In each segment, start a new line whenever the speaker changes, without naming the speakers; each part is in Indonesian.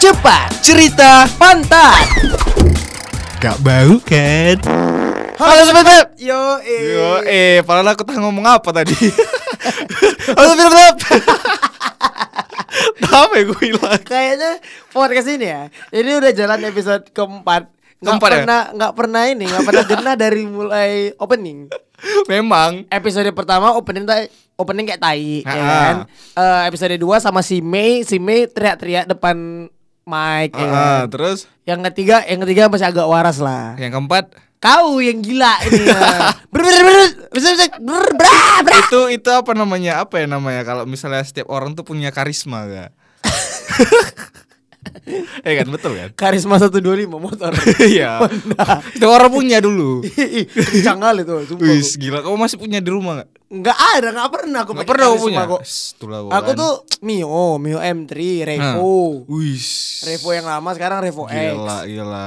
Cepat cerita pantat.
Gak bau kan?
Halo sobat Pep.
Yo
Yo,
eh.
eh, padahal aku tak ngomong apa tadi. Halo sobat Pep. Apa ya gue hilang?
Kayaknya podcast ini ya. Ini udah jalan episode keempat. Nggak
Keempat ya?
pernah nggak pernah ini nggak pernah genah dari mulai opening.
Memang.
Episode pertama opening tai- opening kayak tai, ya
Ah.
kan? Eh, episode 2 sama si Mei, si Mei teriak-teriak depan mic, ya
Ah,
kan?
terus
Yang ketiga, yang ketiga masih agak waras lah.
yang keempat
Kau yang gila ini. ya. Ber- ber- ber- bisa bisa ber- bra- bra.
itu itu apa namanya apa ya namanya kalau misalnya setiap orang tuh punya karisma gak? eh kan betul kan?
Karisma 125 motor.
Iya. Setiap orang punya dulu.
Ih, Kencang kali tuh, sumpah.
Wih, gila. Kamu masih punya di rumah gak?
Enggak ada, enggak pernah aku
Gak
pakai
pernah
karisma
kamu punya.
kok.
Ss, Itulah gua
Aku
kan.
tuh Mio, Mio M3, Revo.
Wih.
Revo yang lama sekarang Revo
Gila,
X.
gila.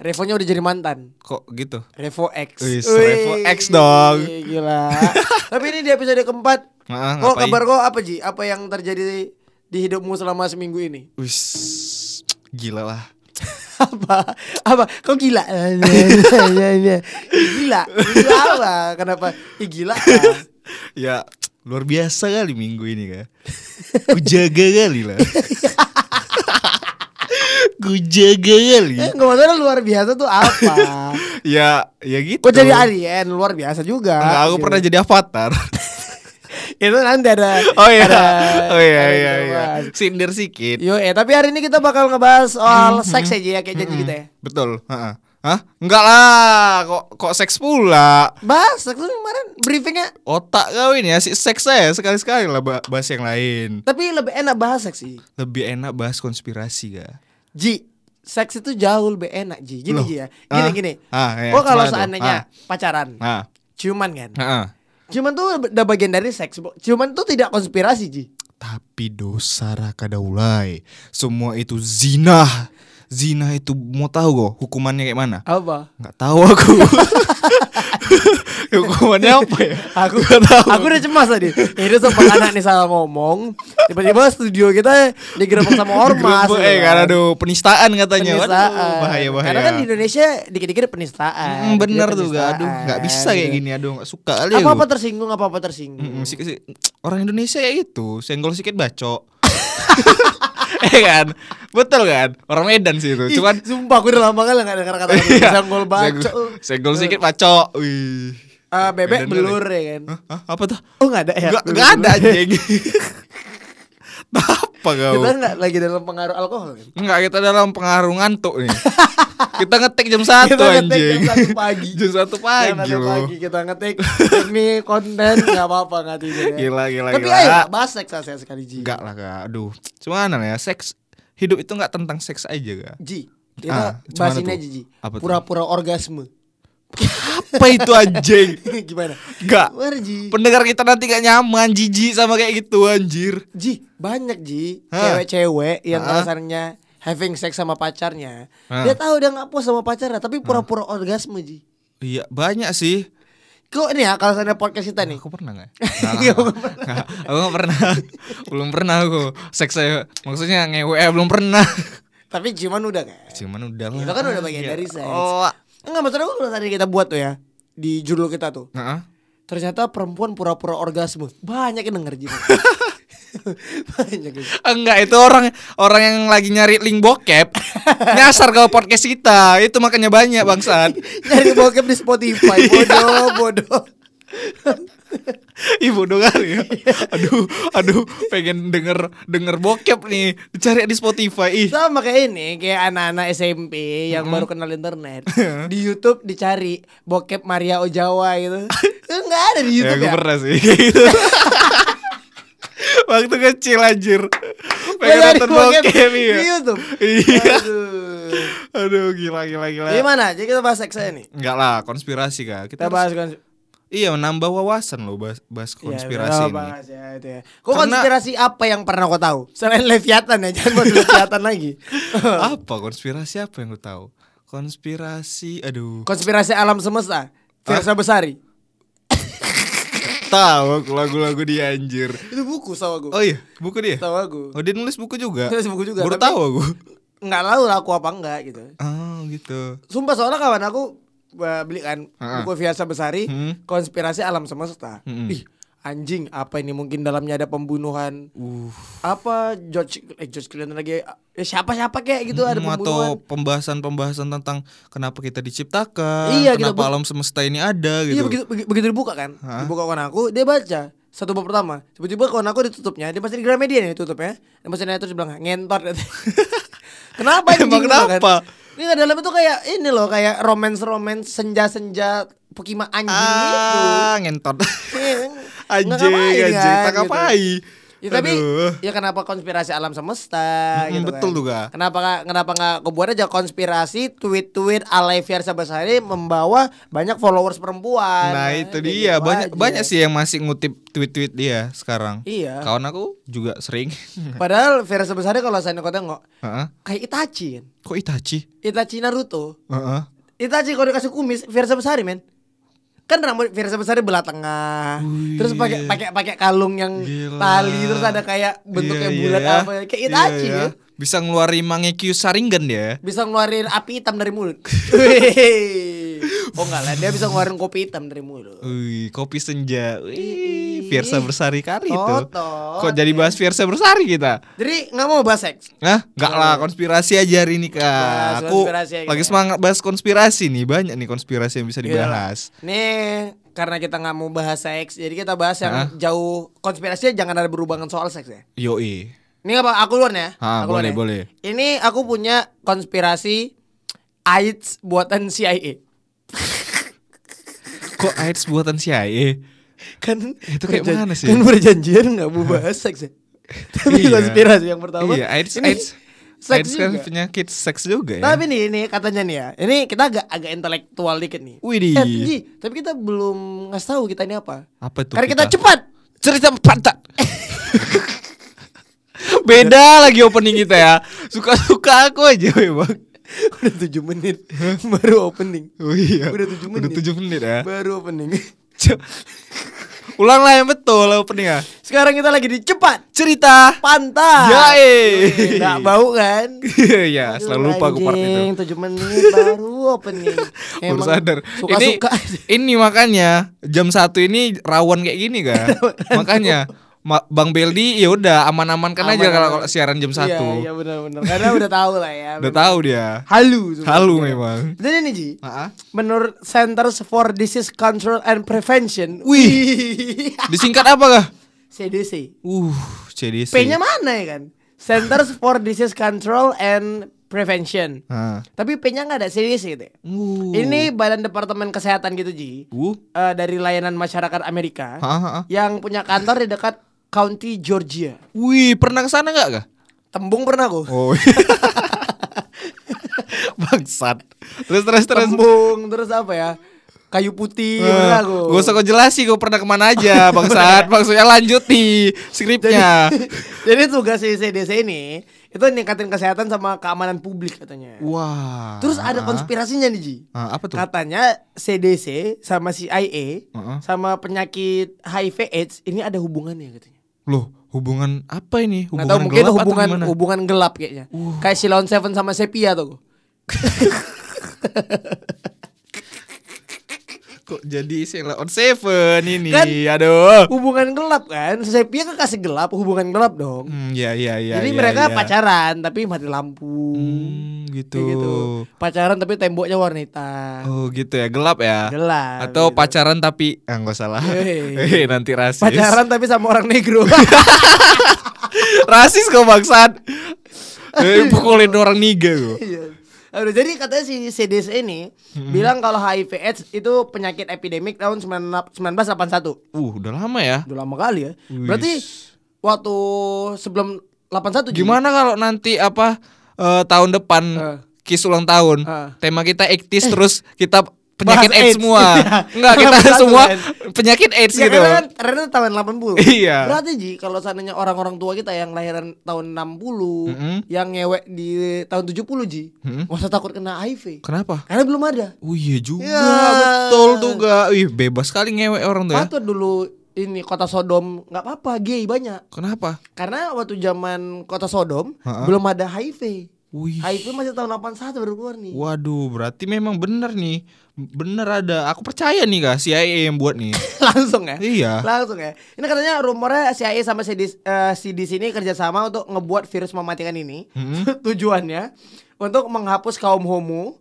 Revo-nya udah jadi mantan.
Kok gitu?
Revo X.
Wis, Revo
Wih,
X dong.
Gila. Tapi ini di episode keempat.
Nah,
Kok
ngapain?
kabar kok apa Ji? Apa yang terjadi di hidupmu selama seminggu ini?
Wis. Gila lah.
apa? Apa? Kok gila? gila. Gila apa? Kenapa? Ih, gila. ah.
Ya, luar biasa kali minggu ini kan. Kujaga kali lah. Kujaga kali.
Eh, enggak masalah luar biasa tuh apa?
Ya, ya gitu.
Kok jadi alien? Luar biasa juga.
Enggak, aku
Gitu.
pernah jadi avatar.
Itu nanti ada.
Oh iya.
ada-
Oh iya
ada
iya
yang
iya.
bahas.
Sindir sikit.
Yo, eh tapi hari ini kita bakal ngebahas
Hmm,
soal seks aja ya kayak janji kita ya.
Betul, heeh. Hah? Enggak lah, kok kok seks pula.
Bahas seks tuh kemarin briefingnya
Otak kau ini ya si seks saya sekali-sekali lah ba- bahas yang lain.
tapi lebih enak bahas seks sih.
Lebih enak bahas konspirasi gak?
Ji, seks itu jauh lebih enak Ji. Gini
Loh.
Ji ya. Gini
Ah.
gini.
Ah, iya,
Oh kalau
gimana tuh?
seandainya pacaran,
Nah,
ciuman kan.
heeh.
Ciuman tuh udah bagian dari seks. Bo. Ciuman tuh tidak konspirasi Ji.
Tapi dosa raka daulai. Semua itu zina. Zina itu mau tahu kok hukumannya kayak mana?
Apa?
Nggak tahu aku. hukumannya apa ya?
Aku
Nggak tahu.
Aku udah cemas tadi. Ini sempat anak nih salah ngomong. Tiba-tiba studio kita digerebek sama ormas.
Digerebek, eh
gitu
karena
kan.
aduh penistaan katanya. Waduh,
penistaan.
bahaya bahaya.
Karena kan di Indonesia dikit-dikit ada penistaan.
Mm, bener
dikit-dikit
tuh gak aduh
penistaan,
nggak bisa kayak
gitu.
gini aduh nggak suka kali aku.
Apa-apa tersinggung, apa-apa tersinggung.
Mm-mm, si- si- orang Indonesia ya itu senggol sikit bacok eh kan betul kan orang Medan sih itu
Ih,
cuman
sumpah gue udah lama kali gak denger kata
Iya.
kata sanggol bacok.
Senggol- senggol sikit bacok wih
Ah, bebek
Medan
belur
kali.
ya kan.
Hah? Hah? apa tuh
Oh enggak ada ya.
nggak
Belur-
nggak ada
belur.
anjing apa kau
Kita enggak lagi dalam pengaruh alkohol kan.
Enggak kita dalam pengaruh ngantuk nih kita ngetik jam satu
Kita ngetik jam
anjing
satu pagi.
jam satu
Jam
pagi
satu
loh
pagi kita ngetik demi konten enggak apa-apa enggak tidur ya.
gila gila
Tapi
gila
ayo bahas seks saya sekali Ji.
Enggak lah kak, aduh Cuman ya, seks Hidup itu enggak tentang seks aja kak
Ji. Kita
Ah, cuman
bahas ini
tuh?
aja Ji.
Apa tuh?
Pura-pura orgasme.
Apa itu anjing?
Gimana?
Enggak
Where Ji?
Pendengar kita nanti gak nyaman Jijik sama kayak gitu anjir
Ji, banyak Ji
Hah?
cewek-cewek yang
Hah?
kasarnya having sex sama pacarnya.
Hah?
Dia tahu dia nggak puas sama pacarnya, tapi pura-pura orgasme Ji.
Iya banyak sih
Kok nih ya kalau sana podcast kita nih? Iya,
Aku pernah ya? gak? Enggak lah. Enggak, Aku gak pernah Belum pernah aku Seks saya Maksudnya ngewe eh, belum pernah
Tapi ciuman udah kan?
Cuman udah lah
Itu kan udah bagian
Ya
dari seks.
Allah.
Enggak maksudnya aku kalau tadi kita buat tuh ya di judul kita tuh.
Nah,
Ternyata perempuan pura-pura orgasme. Banyak yang denger Ji. banyak. Ji.
Enggak itu orang orang yang lagi nyari link bokep nyasar ke podcast kita itu makanya banyak bangsat
Nyari bokep di
Iya.
Spotify, bodoh, bodoh.
Ibu dong kali ya. Aduh, aduh, pengen denger denger bokep nih. Dicari di Spotify. Ih,
Sama kayak ini, kayak anak-anak SMP yang baru kenal internet.
Iya.
di YouTube dicari bokep Maria Ojawa gitu. Itu enggak ada di
ya
YouTube
gue
ya.
pernah sih kayak gitu. Waktu kecil anjir.
Gua
Pengen
nyari
nonton bokep iya.
di YouTube.
Iya.
Aduh.
Aduh, gila gila gila.
Gimana? Jadi kita bahas seks saya nih.
Enggak lah, konspirasi
Iya,
kak.
Kita
Kita,
bahas kons-
harus- iya menambah wawasan loh bahas, bahas
ya,
konspirasi
kita
ini.
bahas ya, itu ya. Kok
Karena-
konspirasi apa yang pernah kau tahu? Selain Leviathan ya, jangan bahas Leviathan lagi.
apa konspirasi apa yang lu tahu? Konspirasi, aduh.
konspirasi alam semesta. Versa Besari.
tahu aku lagu-lagu dia anjir.
Itu buku sama gue.
Oh iya, buku dia.
Sama gue.
Oh dia nulis buku juga.
Nulis buku juga,
Baru
tapi-
tahu aku.
Enggak tahu laku apa enggak gitu.
Oh gitu.
Sumpah soalnya kawan aku eh, beli kan
Heeh.
buku Fiasa Besari
Hmm.
Konspirasi Alam Semesta.
Mm-mm.
Ih, anjing apa ini mungkin dalamnya ada pembunuhan
Uh,
apa George eh George Clinton lagi ya siapa siapa kayak gitu ada
hmm,
pembunuhan.
atau pembahasan-pembahasan tentang kenapa kita diciptakan,
Iya, gitu, Bu.
kenapa alam semesta ini ada gitu.
Iya begitu begi- begitu dibuka kan.
Hah?
Dibuka kawan aku, dia baca satu bab pertama. Tiba-tiba kawan aku ditutupnya, dia pasti di Gramedia nih tutupnya. Dan pasti nanya terus bilang ngentot katanya. kenapa ini? kan?
Emang kenapa?
Ini nggak dalam itu kayak ini loh kayak romance romance senja-senja Pokima anjing gitu.
Ah, ngentot.
Iya, nggak
anjing,
ngapain
anjing,
kan,
tak
gitu.
ngapain.
Ya, tapi
Aduh.
ya kenapa konspirasi alam semesta
Mm-mm,
gitu kan.
betul juga.
Kenapa nggak- kenapa nggak kebuat aja konspirasi tweet-tweet alay Fiersa Besari membawa banyak followers perempuan.
Nah
kayak
itu dia
gitu
banyak
aja.
banyak sih yang masih ngutip tweet-tweet dia sekarang.
Iya.
Kawan aku juga sering.
Padahal Fiersa Besari kalau saya kau tengok
Heeh.
kayak Itachi kan.
Kok Itachi?
Itachi Naruto.
Heeh.
Itachi kalau dikasih kumis Fiersa Besari men. Kan rambut Fiersa Besari belah tengah.
Wih,
terus pakai
iya.
pakai pakai kalung yang
Gila.
tali terus ada kayak bentuknya
Iya, iya
bulat
ya.
apa kayak Itachi
Iya,
kan.
ya. Bisa ngeluarin Mangekyo Sharingan dia.
Bisa ngeluarin api hitam dari mulut. Wih. oh enggak lah, dia bisa ngeluarin kopi hitam dari mulut.
Wih, kopi senja. Wih,
Ih.
Fiersa bersari kali itu.
Totot.
Kok jadi bahas Fiersa bersari kita?
Jadi nggak mau bahas seks.
Hah? Enggak lah, konspirasi aja hari ini, Kak.
Iya. Bahas
Aku
konspirasi aja ya. Iya.
lagi
kita.
semangat bahas konspirasi nih. Banyak nih konspirasi yang bisa dibahas.
Nih karena kita nggak mau bahas seks, jadi kita bahas yang
Hah?
jauh konspirasinya jangan ada berhubungan soal seks ya.
Yoi.
Ini apa? Aku duluan ya.
Ah,
aku duluan
boleh,
ya.
boleh.
Ini aku punya konspirasi AIDS buatan CIA.
Kok AIDS buatan CIA?
Kan
Itu kayak
berjan-
mana sih?
Kan berjanjian nggak mau bahas seks ya. Tapi
Iya.
konspirasi yang pertama.
Iya, AIDS,
ini
AIDS.
seks
AIDS kan
juga.
penyakit seks juga ya.
Tapi nih, ini katanya nih ya. Ini kita agak agak intelektual dikit nih.
Widih.
Eh, Ji, tapi kita belum ngasih tahu kita ini apa.
Apa tuh?
Karena kita, cepat.
cerita pantat. Beda lagi opening kita ya. Suka-suka aku aja memang.
Udah 7 menit baru opening.
Oh iya.
Udah tujuh menit.
Udah tujuh menit ya.
Baru opening.
Ce- Ulang lah yang betul openingnya.
Sekarang kita lagi di cepat.
Cerita.
Pantai.
Yae.
Nggak bau kan?
Iya, selalu lupa aku part itu.
Anjing, 7 menit baru opening.
Baru sadar.
Suka
ini,
suka.
ini makanya jam satu ini rawan kayak gini kan. makanya Ma- Bang Beldi ya udah aman-aman kan aja kalau kalau siaran jam satu.
Iya, iya benar-benar. Karena udah tahu lah ya.
Udah tahu dia.
Halu. sebenarnya.
Halu Nah. memang.
Jadi nih Ji,
Maaf.
menurut Centers for Disease Control and Prevention. Wih.
Disingkat apa kah?
CDC.
Uh, CDC.
P-nya mana ya kan? Centers for Disease Control and Prevention.
Ah.
Tapi P-nya nggak ada CDC gitu. ya.
Uh.
Ini Badan Departemen Kesehatan gitu Ji.
Uh.
Eh, dari layanan masyarakat Amerika
Ha, ha, ha.
yang punya kantor di dekat County Georgia.
Wih, pernah ke sana enggak kah?
Tembung pernah aku.
Oh. Bangsat. Terus terus terus.
Tembung terus apa ya? Kayu putih pernah
Eh,
aku.
Gak usah kau jelasin kau pernah kemana aja Bangsat Maksudnya ya lanjut nih Skripnya
Jadi tugas si CDC ini itu ningkatin kesehatan sama keamanan publik katanya.
Wah
Terus ada konspirasinya nih Ji.
Ah, Apa tuh?
Katanya CDC sama CIA
Heeh.
sama penyakit HIV AIDS ini ada hubungannya katanya.
Loh hubungan apa ini?
Nggak
Hubungan
tahu mungkin
gelap
hubungan
atau gimana? Uh.
hubungan gelap kayaknya. Kayak Silon Seven sama Sepia tuh.
Kok jadi Sailor on Seven ini?
Kan-
Aduh
Hubungan gelap kan. Sepia kan kasih gelap, hubungan gelap dong.
Hmm, ya, ya, ya,
Jadi
ya,
mereka
ya.
pacaran tapi mati lampu.
Hmm, gitu.
Kayak gitu. Pacaran tapi temboknya warna hitam.
Oh gitu ya, gelap ya.
Gelap.
Atau
gitu.
pacaran tapi ah, nggak salah.
Hei.
Hei, nanti rasis.
pacaran tapi sama orang negro.
rasis kok bangsat. Eh, pukulin orang niga kok.
Iya. Aduh, jadi katanya si CDC ini
Hmm.
bilang kalau HIV AIDS itu penyakit epidemik tahun 19- 1981.
Uh, udah lama ya.
Udah lama kali ya.
Wis.
Berarti waktu sebelum 81 Ji.
Gimana kalau nanti apa eh, tahun depan
Eh.
kis ulang tahun,
Eh.
tema kita ektis terus kita penyakit
Bahas
AIDS,
AIDS.
semua.
Iya.
Enggak, kita
Satu
semua
kan.
penyakit AIDS
Ya
gitu.
karena kan Renner tahun 80
Iya.
Berarti Ji Kalau seandainya orang-orang tua kita Yang lahiran tahun 60
Mm-mm.
Yang ngewek di tahun 70 Ji
Mm-mm.
Masa takut kena HIV
Kenapa?
Karena belum ada
Oh iya juga,
Ya.
betul tuh gak. Ih, bebas sekali ngewek orang tuh ya.
Patut dulu ini kota Sodom nggak apa-apa gay banyak
Kenapa?
karena waktu zaman kota Sodom
Ha-ha.
belum ada HIV
Wih.
HIV masih tahun 81 baru keluar nih
Waduh, berarti memang bener nih. Bener ada. Aku percaya nih gak CIA yang buat nih.
langsung ya
iya.
langsung ya ini katanya rumornya CIA sama CD, eh, CDC ini kerjasama untuk ngebuat virus mematikan ini
Hmm.
tujuannya untuk menghapus kaum homo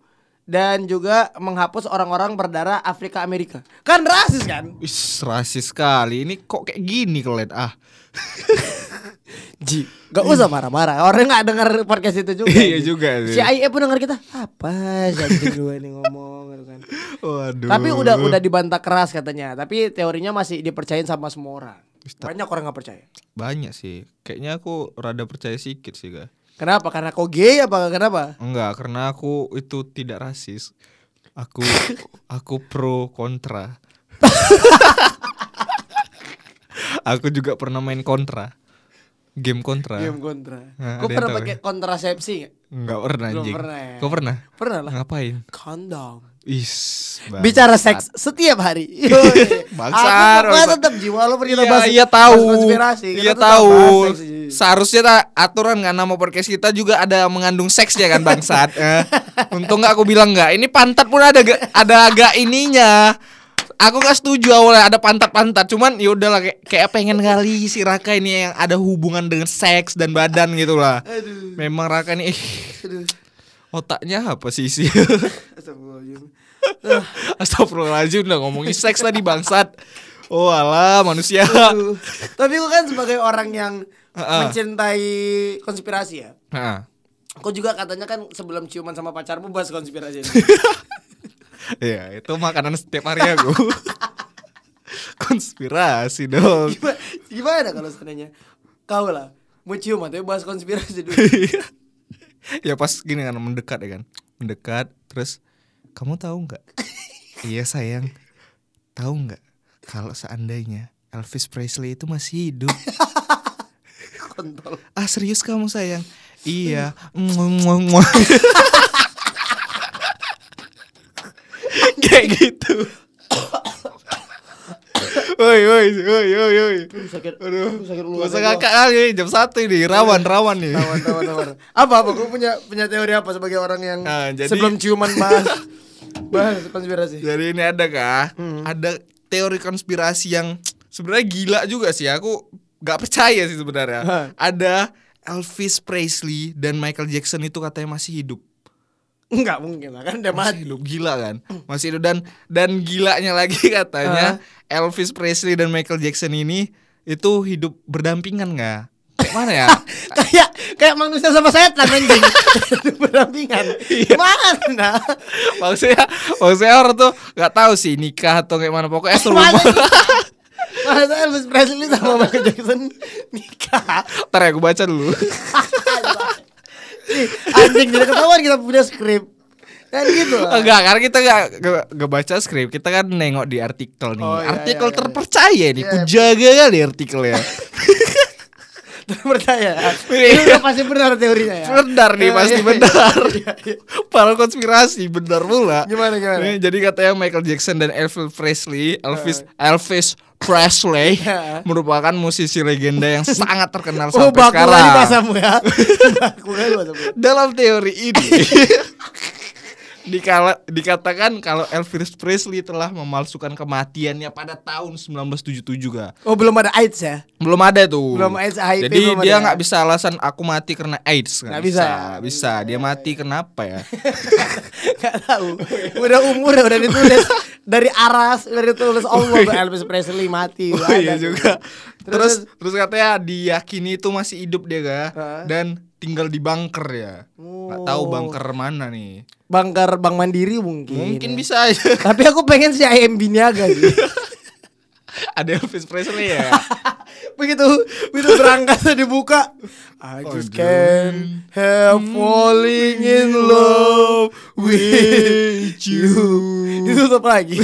dan juga menghapus orang-orang berdarah Afrika Amerika kan rasis kan
Wis, rasis sekali. Ini kok kayak gini kelet ah.
Ji, gak usah marah-marah. Orang gak denger podcast itu juga.
Iya
Ji.
juga sih.
Si AIE pun denger kita. Apa sih anjing dua ini ngomong gitu kan.
Waduh.
Tapi udah udah dibantah keras katanya. Tapi teorinya masih dipercayain sama semua orang. Banyak orang gak percaya.
banyak sih. Kayaknya aku rada percaya sedikit sih, Ga.
Kenapa? Karena kau gay apa kenapa?
Enggak, karena aku itu tidak rasis. Aku aku pro kontra. aku juga pernah main kontra. Game kontra.
Game Iya, kontra.
Nah,
Kau
ada yang
pernah
tahu
pakai
ya?
kontrasepsi gak?
Enggak pernah
Belum
anjing.
pernah ya?
Kau pernah?
Pernah lah.
Ngapain?
Kondom.
Is.
Bicara seks setiap hari.
Nah, Iya, Bangsat,
Aku
bangsat.
tetap jiwa lo
Iya,
pernah bahas.
iya
bahas
tahu.
konspirasi, kita
Iya
tetap bahas
tahu.
seks, iya. Ji.
Seharusnya ta- aturan nggak nama podcast kita juga ada mengandung seks ya kan bangsat. Eh, untung nggak aku bilang nggak. Ini pantat pun ada ga- ada agak ininya. Aku nggak setuju awalnya ada pantat-pantat. Cuman ya udahlah kayak, kayak pengen kali si Raka ini yang ada hubungan dengan seks dan badan gitu lah.
Aduh.
Memang Raka ini ih,
Aduh.
otaknya apa sih sih?
Astagfirullahaladzim.
Astagfirullahaladzim udah ngomongin seks tadi bangsat. Oh alah manusia.
Aduh. Tapi gue kan sebagai orang yang
Heeh.
mencintai konspirasi ya.
Heeh.
Kau juga katanya kan sebelum ciuman sama pacarmu bahas konspirasi. ini.
Iya, itu makanan setiap hari aku. Konspirasi dong.
Gimana, gimana kalau seandainya kau lah mau ciuman tapi bahas konspirasi dulu.
Iya. ya pas gini kan mendekat ya kan. Mendekat terus kamu tahu nggak? iya sayang. Tahu nggak kalau seandainya Elvis Presley itu masih hidup?
Kontol.
Ah serius kamu sayang? Iya. Muah-muah-muah. Kayak gitu. Woi woi woi woi woi.
Aduh, Sakit.
Aduh,
Aduh, sakit
gak
duluan
usah
ya,
ngakak kali jam satu ini rawan
Iya.
rawan nih.
gua. Tawan, tawan, tawan. Apa apa gue punya punya teori apa sebagai orang yang
Ah, jadi-
sebelum ciuman bahas bahas konspirasi.
Jadi ini ada kah?
Hmm.
Ada teori konspirasi yang sebenarnya gila juga sih. Aku nggak percaya sih
Hah.
sebenarnya. Ada Elvis Presley dan Michael Jackson itu katanya masih hidup.
Enggak mungkin lah kan udah mati.
Masih hidup gila kan? Masih hidup dan dan gilanya lagi katanya Elvis Presley dan Michael Jackson ini itu hidup berdampingan nggak? Kayak Mana ya?
kayak kayak manusia sama setan anjing berdampingan
Iya.
mana
maksudnya maksudnya orang tuh nggak tahu sih nikah atau kayak mana pokoknya
mana
seluruh
masa Elvis Presley sama Michael Jackson nikah
Ntar ya gue baca dulu
Ih, anjing jadi ketahuan kita punya skrip kan gitu lah
Enggak, Oh, karena kita gak, gak, gak baca skrip Kita kan nengok di artikel nih
Oh, iya,
Artikel
iya, iya.
terpercaya nih
Iya, iya.
Kujaga kan kali artikelnya
percaya ini udah pasti benar teorinya ya
Benar nih,
Iya,
pasti
iya, iya.
benar.
Iya, iya.
Padahal konspirasi, benar pula
Gimana, gimana?
Nih, Jadi katanya Michael Jackson dan Elvis Presley Elvis, Elvis Presley
Iya.
Merupakan musisi legenda yang sangat
oh
terkenal sampai
baku
sekarang
lagi bahasamu ya baku lagi bahasamu
Dalam teori ini dikala- dikatakan kalau Elvis Presley telah memalsukan kematiannya pada tahun 1977 ga.
oh belum ada AIDS ya
Belum ada tuh.
Belum AIDS, HIV
Jadi
belum
dia
ada.
nggak bisa alasan aku mati karena AIDS
Nggak bisa. Iya,
Nggak bisa. Dia mati kenapa ya?
Gak tahu. Udah umur ya, udah ditulis dari aras, udah ditulis Allah tuh Elvis Presley mati.
iya. Oh
Ada
iya
tuh.
juga.
Terus,
Terus terus katanya diyakini itu masih hidup dia ga
Heeh.
dan tinggal di bunker ya. Nggak tahu
Oh.
bunker mana nih.
bangkar Bank Mandiri mungkin.
Mungkin bisa aja.
Tapi aku pengen si IM Biniaga sih.
ada Elvis Presley ya.
begitu begitu berangkat tuh dibuka I just
Aduh.
can't help
Hmm.
falling in love Iya. with you ditutup lagi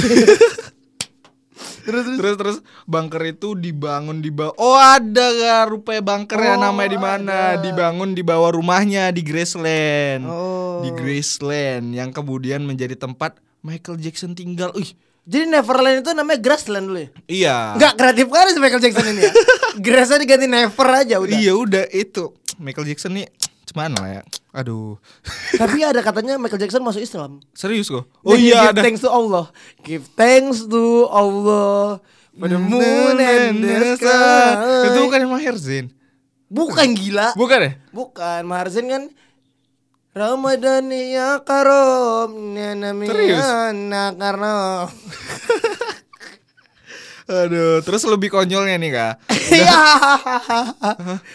terus
terus terus bunker itu dibangun di bawah oh ada gak rupanya bunkernya
Oh,
namanya di mana
ada.
dibangun di bawah rumahnya di Graceland
Oh.
di Graceland yang kemudian menjadi tempat Michael Jackson tinggal ih
Jadi Neverland itu namanya grassland dulu ya.
Iya.
Enggak kreatif kali si Michael Jackson ini ya. Grassnya diganti never aja udah.
Iya udah itu. Michael Jackson nih cuman lah ya. Aduh.
Tapi ada katanya Michael Jackson masuk Islam.
Serius kok.
Dan
Oh
he
iya
give
ada.
thanks to Allah. Give thanks to Allah. For the moon and the sky.
Itu kan- bukan yang Maher Zain.
Bukan gila.
Bukan ya?
Bukan, Marzin kan Ramadan ya karom
Serius?
Nenemiana karena
Aduh, terus lebih konyolnya nih kak
Iya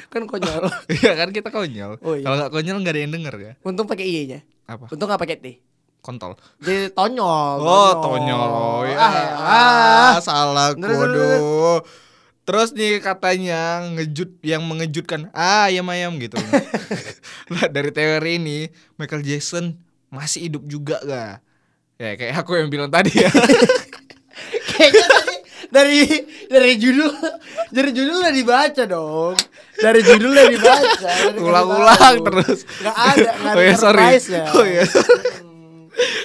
Kan konyol
Iya kan kita konyol
Oh, iya.
Kalau nggak konyol nggak ada yang denger ya
Untung pakai iye nya
Apa?
Untung gak pakai T
Kontol
Jadi tonyol
Oh tonyol Oh, ya.
Ah,
Ah,
ah.
Salah
Terus, terus,
kodo Terus nih katanya ngejut yang mengejutkan ah ayam ayam gitu. nah, dari teori ini Michael Jackson masih hidup juga gak? Ya kayak aku yang bilang tadi ya.
Kayaknya tadi dari dari judul dari judul udah dibaca dong dari judul udah dibaca dari
Ulang-ulang
kasih tahu.
terus.
nggak ada nggak ada
Oh ya, sorry.
surprise-nya.
Oh ya.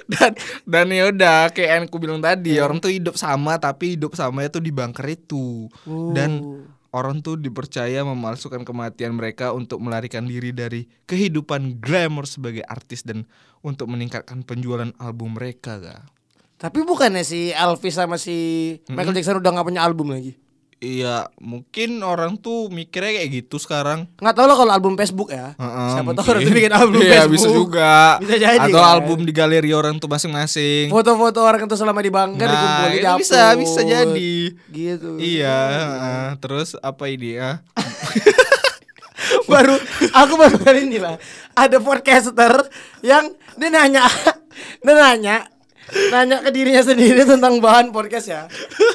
dan dan ya udah kayak yang aku bilang tadi orang tuh hidup sama tapi hidup sama itu di bunker itu dan orang tuh dipercaya memalsukan kematian mereka untuk melarikan diri dari kehidupan glamour sebagai artis dan untuk meningkatkan penjualan album mereka ga
tapi bukannya si Elvis sama si Michael Jackson udah nggak punya album lagi
iya mungkin orang tuh mikirnya kayak gitu sekarang
nggak tahu lah kalau album Facebook ya
Heeh,
siapa tahu
mungkin.
orang tuh bikin album
Iya,
Facebook
bisa juga
Bisa jadi,
atau
kan?
album di galeri orang tuh masing-masing
foto-foto orang itu selama di bunker
Nah,
dikumpulin
itu
dihapus.
bisa, bisa jadi.
gitu
Iya, heeh. terus apa ini ya?
baru aku baru kali ini lah ada podcaster yang dia nanya dia nanya nanya ke dirinya sendiri tentang bahan podcast ya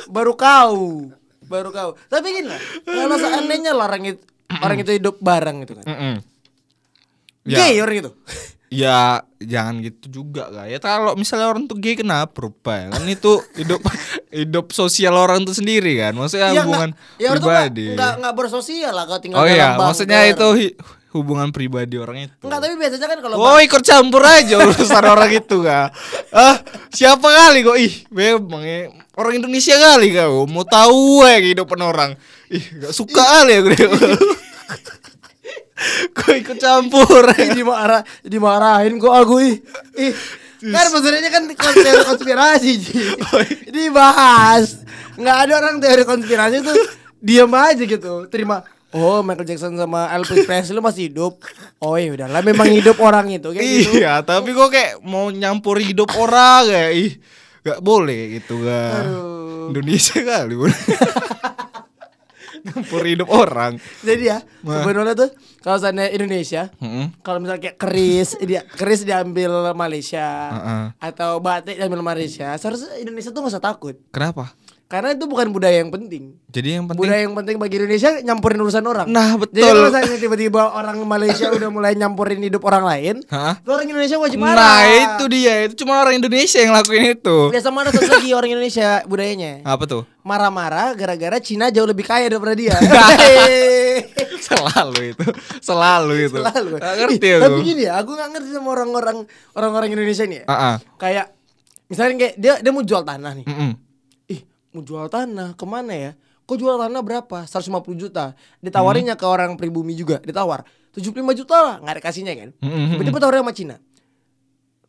baru kau baru kau tapi gini lah kalau seandainya lah orang itu orang itu hidup bareng gitu kan gitu.
Mm-mm.
gay
Ya,
orang itu
ya jangan gitu juga lah. Ya kalau misalnya orang tuh gay kenapa rupa ya? Kan itu hidup hidup sosial orang tuh sendiri kan. Maksudnya
orang
hubungan
tuh Ya, Iya, nggak-
pribadi.
nggak nggak bersosial lah kalau tinggal
oh
dalam
iya,
bunker.
maksudnya itu hi- hubungan pribadi orang itu.
Enggak, tapi biasanya kan kalau
Oh ikut campur aja urusan orang itu kak Ah siapa kali kok ih memang ya, orang Indonesia kali kau mau tahu ya kehidupan orang ih gak suka kali ya gue kok ikut campur
Ih, dimarah dimarahin kok aku ih. Ih. Kan maksudnya kan teori konspirasi Ji.
Oh, iya.
Dibahas Nggak ada orang teori konspirasi tuh Diam aja gitu Terima Oh Michael Jackson sama Elvis Presley masih hidup Oh ya udahlah memang hidup orang itu kayak gitu
iya tapi kok kayak mau nyampur hidup orang kayak ih gak boleh gitu kak Indonesia kali bro. nyampur hidup orang
Jadi ya sebenarnya tuh Kalau seandainya Indonesia
Mm-mm.
kalau misalnya kayak keris dia keris diambil Malaysia
Heeh.
atau batik diambil Malaysia seharusnya Indonesia tuh nggak usah takut
kenapa
karena itu bukan budaya yang penting
jadi yang penting
budaya yang penting bagi Indonesia nyampurin urusan orang.
Nah,
Jadi
betul.
kalau misalnya tiba-tiba orang Malaysia udah mulai nyampurin hidup orang lain,
Hah?
tuh orang Indonesia wajib marah.
Nah itu dia Itu cuma orang Indonesia yang lakuin itu
Udah sama ada satu lagi orang Indonesia budayanya.
Apa tuh?
Marah-marah gara-gara Cina jauh lebih kaya daripada dia.
Nah. Selalu itu Selalu itu
Selalu.
Nggak ngerti
Ih,
aku
Tapi gini ya, aku gak ngerti sama orang-orang orang-orang Indonesia nih. Ya.
Ah-ah.
Kayak misalnya kayak dia dia mau jual tanah nih.
Mm-mm.
ih mau jual tanah kemana ya kok jual tanah berapa 150 juta ditawarinnya ke orang pribumi juga ditawar 75 juta lah nggak ada kasihnya kan
Mm-mm.
tiba-tiba tawarin sama Cina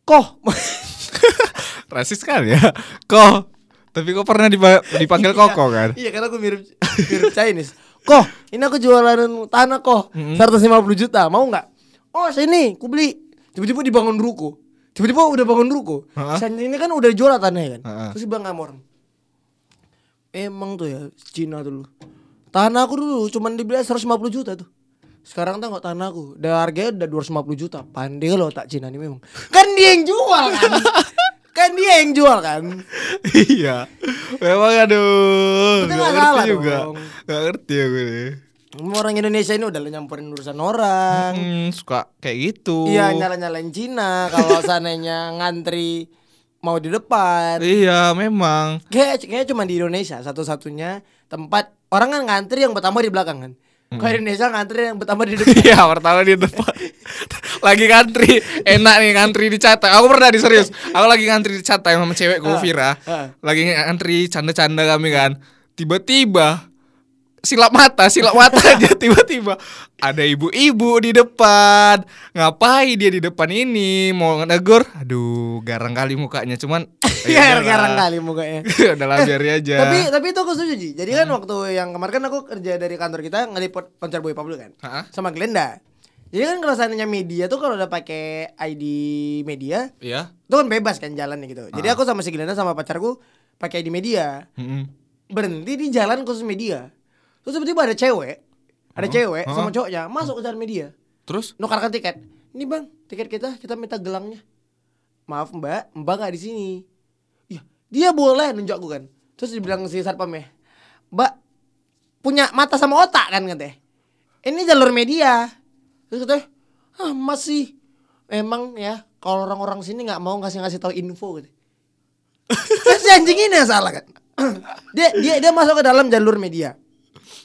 koh
Rasis kan ya Kok Tapi kok pernah dipa- dipanggil koko kan?
iya karena aku mirip mirip Chinese koh Oh, ini aku jualan tanah koh 150 juta mau nggak oh sini aku beli tiba-tiba dibangun ruko tiba-tiba udah bangun ruko
Heeh.
Cina ini kan udah jual tanahnya kan
Heeh.
terus bang sama orang Emang tuh ya Cina dulu. Tanah aku dulu cuman dibeli 150 juta tuh. Sekarang tuh nggak tanah aku, udah harganya udah 250 juta. Pandai lo tak Cina ini memang. Kan dia yang jual kan. kan dia yang jual kan.
iya Memang aduh
Tapi nggak
Gak ngerti
salah
juga
dong.
Gak ngerti aku nih
Orang Indonesia ini udah lo nyamperin urusan orang.
Hmm, suka kayak gitu
Iya nyala-nyalain Cina kalau sananya ngantri mau di depan.
Iya memang
Kayak kayaknya cuma di Indonesia satu-satunya tempat orang kan
Hmm.
ngantri yang pertama di belakang kan. Kalau Indonesia ngantri yang pertama di depan.
Iya pertama di depan lagi ngantri enak nih ngantri di chat aku pernah di serius aku lagi ngantri di chat time sama cewek gue Vira
ah.
lagi ngantri canda-canda kami kan tiba-tiba silap mata silap mata aja tiba-tiba ada ibu-ibu di depan ngapain dia di depan ini mau negor aduh garang kali mukanya cuman
Ya,
udahlah.
garang kali mukanya.
udahlah biarin aja
Tapi tapi itu aku setuju Ji. Jadi
Hmm.
kan waktu yang kemarin kan aku kerja dari kantor kita ngeliput konser Boy Pablo kan.
Hah?
Sama Glenda. Jadi kan kalau seandainya media tuh kalau udah pakai ID media
ya
itu kan bebas kan jalannya gitu. Jadi
Ah.
aku sama si Glenda sama pacarku pakai ID media. Berhenti di jalan khusus media. Terus tiba-tiba ada cewek, ada cewek sama cowoknya masuk ke jalan media.
terus
Nukarkan tiket. Ini bang, tiket kita, kita minta gelangnya. Maaf mbak, mbak nggak di sini. Iya, dia boleh nunjuk aku kan. Terus dibilang si satpam ya, mbak punya mata sama otak kan katanya. Ini jalur media. Terus katanya, ah masih emang ya kalau orang-orang sini nggak mau ngasih ngasih tahu info gitu. Terus si anjing ini yang salah kan. dia dia dia masuk ke dalam jalur media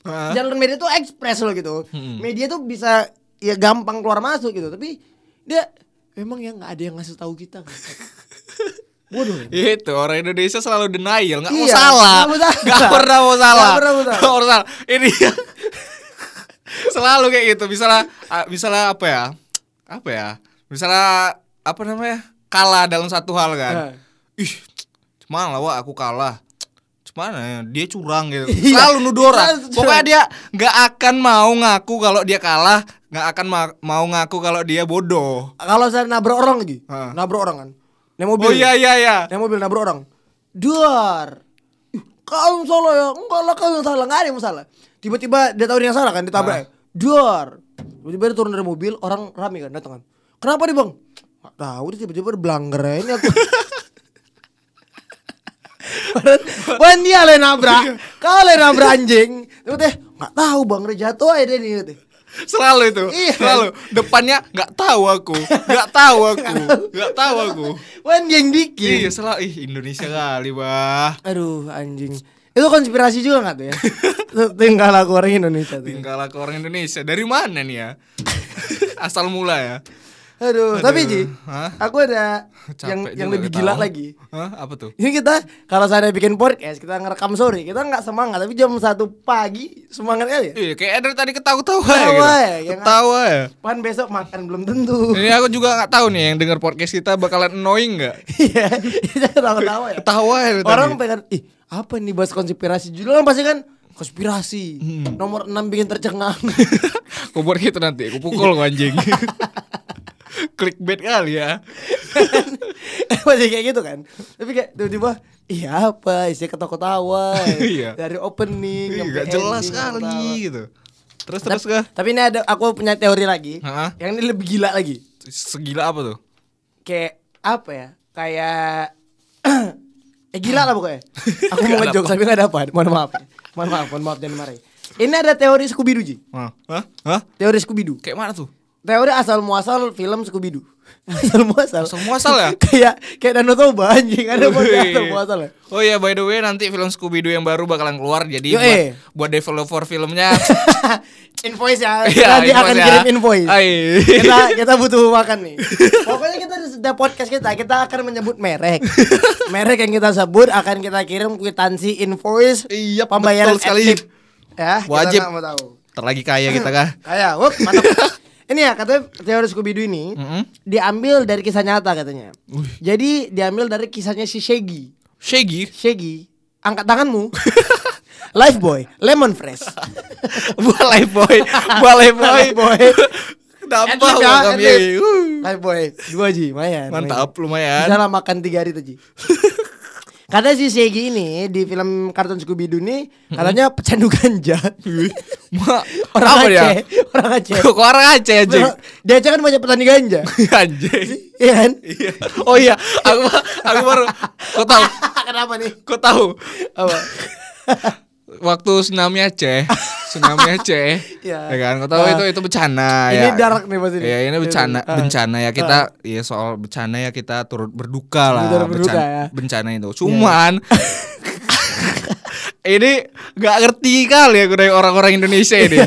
Hah? Hmm.
jalur media tuh ekspres loh gitu. Media tuh bisa ya gampang keluar masuk gitu, tapi dia memang ya nggak ada yang ngasih tahu kita. kan? Waduh. ya.
Itu orang Indonesia selalu denial, nggak mau
Iya,
salah,
nggak mau salah.
nggak pernah mau salah,
Nggak pernah mau salah.
Nggak mau salah. Ini selalu kayak gitu. Misalnya, ah, misalnya apa ya? Apa ya? Misalnya apa namanya? Kalah dalam satu hal kan.
Nah,
Ih, cuman lah Wak, aku kalah. Cuman ya, dia curang gitu.
Iya.
Selalu nuduh orang.
Selalu curang.
Pokoknya dia nggak akan mau ngaku kalau dia kalah, nggak akan ma- mau ngaku kalau dia bodoh.
Kalau saya nabrak orang lagi,
Ah.
nabrak orang kan. Naik mobil.
Oh iya iya iya.
Naik mobil nabrak orang. Duar. Ih, Kau yang salah ya. Enggak lah kau yang salah, enggak ada yang salah. Tiba-tiba dia tahu dia yang salah kan, ditabrak. Duar. Tiba-tiba dia turun dari mobil, orang rame kan datang kan. Kenapa nih, Bang? Nggak tahu dia tiba-tiba dia belanggar aja ini aku. Bukan dia lah yang nabrak Kau lah yang nabrak anjing Tiba teh Gak tahu bang Dia jatuh aja dia nih teh.
selalu itu
Iya.
selalu depannya nggak tahu aku nggak tahu aku nggak tahu aku
Bukan dia yang dikit
iya selalu ih Indonesia kali bah
Aduh anjing Itu konspirasi juga gak tuh ya Tinggal aku orang Indonesia tuh
tinggal aku orang Indonesia dari mana nih ya asal mula ya
Aduh, tapi Ji,
Hah?
aku ada
Capek
yang yang
juga
lebih gila
ketawa.
lagi.
Hah? apa tuh
Ini kita kalau saya bikin podcast, kita ngerekam sore, kita nggak semangat, tapi jam satu pagi semangat kali ya.
Iya, kayak dari tadi ketawa-tawa
Ketawa
ya,
ya, Uh.
gitu.
kayak
ketawa ya.
Pan besok makan belum tentu.
Ini aku juga nggak tahu nih yang denger podcast kita bakalan annoying nggak?
Iya, kita ketawa-tawa ya.
Ketawa ya dari
Orang
tadi.
pengen, ih apa nih bahas konspirasi? Judulnya pasti kan konspirasi.
Hmm.
Nomor 6 bikin tercengang.
Aku buat gitu nanti, aku
Iya.
pukul kau anjing. Clickbait kali ya.
Masih kayak gitu kan. Tapi kayak tiba-tiba, iya apa? Isinya ketawa-ketawa.
Iya.
Dari opening,
Ih,
sampai
Nggak jelas
ending, ketawa.
kali gitu. Terus terus
Tapi-
kah?
Tapi ini ada aku punya teori lagi.
Ha-ha.
Yang ini lebih gila lagi.
segila apa tuh?
Kayak apa ya? Kayak eh gila lah pokoknya. Aku mau
Gak
ngejok tapi gak dapat. Mohon maaf. ya. Mohon maaf, mohon maaf jangan dimarahi. Ini ada teori Scooby Doo, Ji.
Hah? Hah? Hah?
Teori Scooby Doo.
Kayak mana tuh?
Teori asal muasal film Scooby Doo. asal muasal.
Asal muasal ya?
kayak kayak Danau Toba anjing ada podcast asal muasal ya.
Oh iya by the way nanti film Scooby Doo yang baru bakalan keluar jadi
Yo,
buat,
eh.
buat developer filmnya
invoice ya.
Iya,
Nanti akan
invoice ya.
kirim invoice.
Ai.
kita kita butuh makan nih. Pokoknya kita di setiap podcast kita kita akan menyebut merek. merek yang kita sebut akan kita kirim kwitansi invoice.
Iya,
pembayaran
betul sekali.
ad tip. Ya,
Wajib.
Kita nggak mau tahu.
Ntar lagi kaya kita kah?
Kayak, wup, mantap. Ini ya katanya teori Scooby Doo ini
Hmm.
diambil dari kisah nyata katanya. Jadi diambil dari kisahnya si Shaggy.
Shaggy
Shaggy, angkat tanganmu. Life boy, lemon fresh.
Balai boy Balai boy
Life boy.
Dapat
Atlet ya,
loh kami
atlet.
Uh,
Life boy, dua ji, lumayan.
Mantap
Bisa
lumayan
lah makan tiga hari tadi. Karena si Shaggy ini di film kartun Scooby Doo ini katanya pecandu ganja.
Ma,
orang
Apa
Aceh,
dia?
orang Aceh.
Kok orang Aceh anjing
Orang- Di Aceh kan banyak petani ganja.
Anjing
Iya kan?
Iya. Oh iya Aku aku baru Kau tahu
Kenapa nih?
Kau tahu
Apa?
waktu tsunami Aceh, tsunami Aceh,
Iya.
ya kan? Kau tahu
Ah.
itu itu bencana
Ini
ya.
dark nih pasti nih.
Iya, ini bencana,
Ah.
bencana ya kita, ya soal bencana ya kita turut berduka lah.
Turut berduka
bencana,
ya.
bencana itu. Cuman ini nggak ngerti kali ya dari orang-orang Indonesia ini.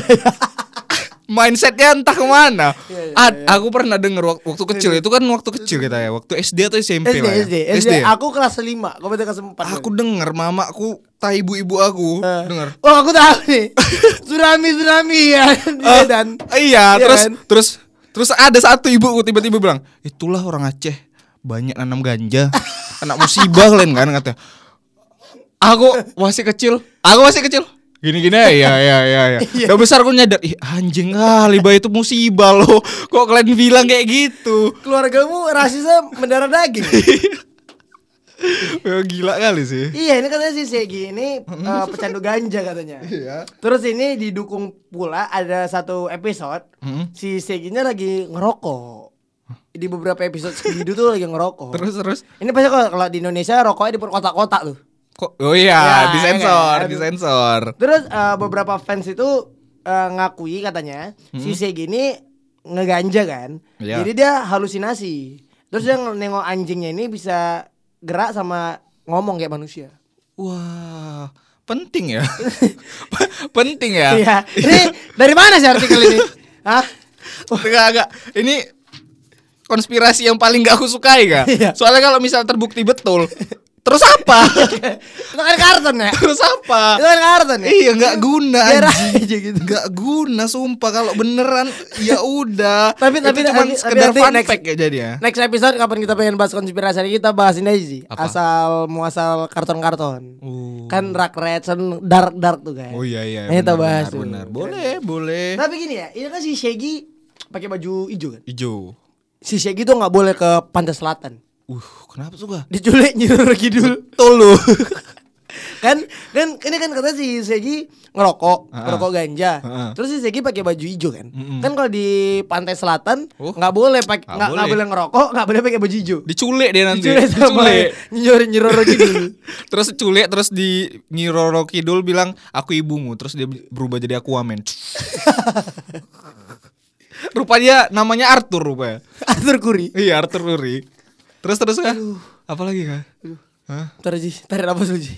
mindsetnya entah kemana.
Iya, iya,
Ad, aku pernah denger wak- waktu kecil itu kan waktu kecil kita ya, waktu SD atau SMP
SD,
lah ya.
SD,
SD ya?
Aku kelas 5, kau berarti kelas 4.
Ah, Aku denger mamaku tai ibu-ibu aku denger.
Oh, aku tahu nih. tsunami tsunami ya di
Eh,
Medan.
Iya,
Iya
terus
kan?
terus terus ada satu ibuku tiba-tiba bilang, "Itulah orang Aceh, banyak nanam ganja." Anak musibah kalian kan katanya. Aku masih kecil, aku masih kecil. Gini-gini ya, ya, ya, ya. ya. Udah besar aku nyadar, ih anjing kali, bayi itu musibah loh. Kok kalian bilang kayak gitu?
Keluargamu rasisnya mendarah daging.
Ya, Gila kali sih.
iya, ini katanya si Segi ini eh, pecandu ganja katanya.
Iya.
Terus ini didukung pula ada satu episode
Mm.
si Seginya lagi ngerokok. Di beberapa episode Segidu tuh lagi ngerokok.
Terus terus
Ini pasti kalau kalau di Indonesia rokoknya di kotak-kotak tuh.
kok oh iya,
Ya,
disensor,
kan?
disensor.
Terus eh, beberapa fans itu eh, ngakui katanya si Segi ini ngeganja kan.
Hmm? Iya.
Jadi dia halusinasi. Terus dia nengok anjingnya ini bisa gerak sama ngomong kayak manusia.
Wah, penting ya. penting ya.
Iya. Ini dari mana sih artikel ini? Hah?
Enggak, enggak. Ini konspirasi yang paling gak aku sukai gak?
Iya.
Soalnya kalau misal terbukti betul, terus apa?
Itu kan kartun ya?
terus apa?
Itu kan kartun ya?
Iya nggak guna
Biar
anjing.
aja gitu.
Nggak guna sumpah kalau beneran ya udah.
Tapi-
Itu
tapi-
cuman
tapi- tapi
sekedar
nanti
fun
next-
fact ya jadi ya.
Next episode kapan kita pengen bahas konspirasi lagi, kita bahas ini aja sih.
Apa?
Asal muasal karton-karton.
Oh.
Kan Dark Redson dark dark tuh kan.
Oh iya iya.
Ini kita
benar,
bahas
benar,
tuh.
benar. Boleh, boleh.
Tapi gini ya, ini kan si Shaggy pakai baju hijau kan.
Ijo.
Si Shaggy tuh nggak boleh ke pantai selatan.
Uh, kenapa suka?
Diculik nyuruh kidul.
Tolu.
kan kan ini kan katanya si Segi ngerokok
Ah.
ngerokok ganja
Ah.
terus si Segi pakai baju hijau kan
Mm-mm.
kan kalau di pantai selatan
Oh.
nggak boleh pakai
Nggak
nggak nggak
boleh.
boleh ngerokok nggak boleh pakai baju hijau
Diculik dia nanti.
diculik sama nyorin nyoror gitu
terus culik terus di Ngiroro Kidul bilang aku ibumu terus dia berubah jadi Aquaman rupanya namanya Arthur rupanya
Arthur Curry
iya Arthur Luri terus terus kah apa lagi kah Hah?
tarik ji tarik nafas lu Ji.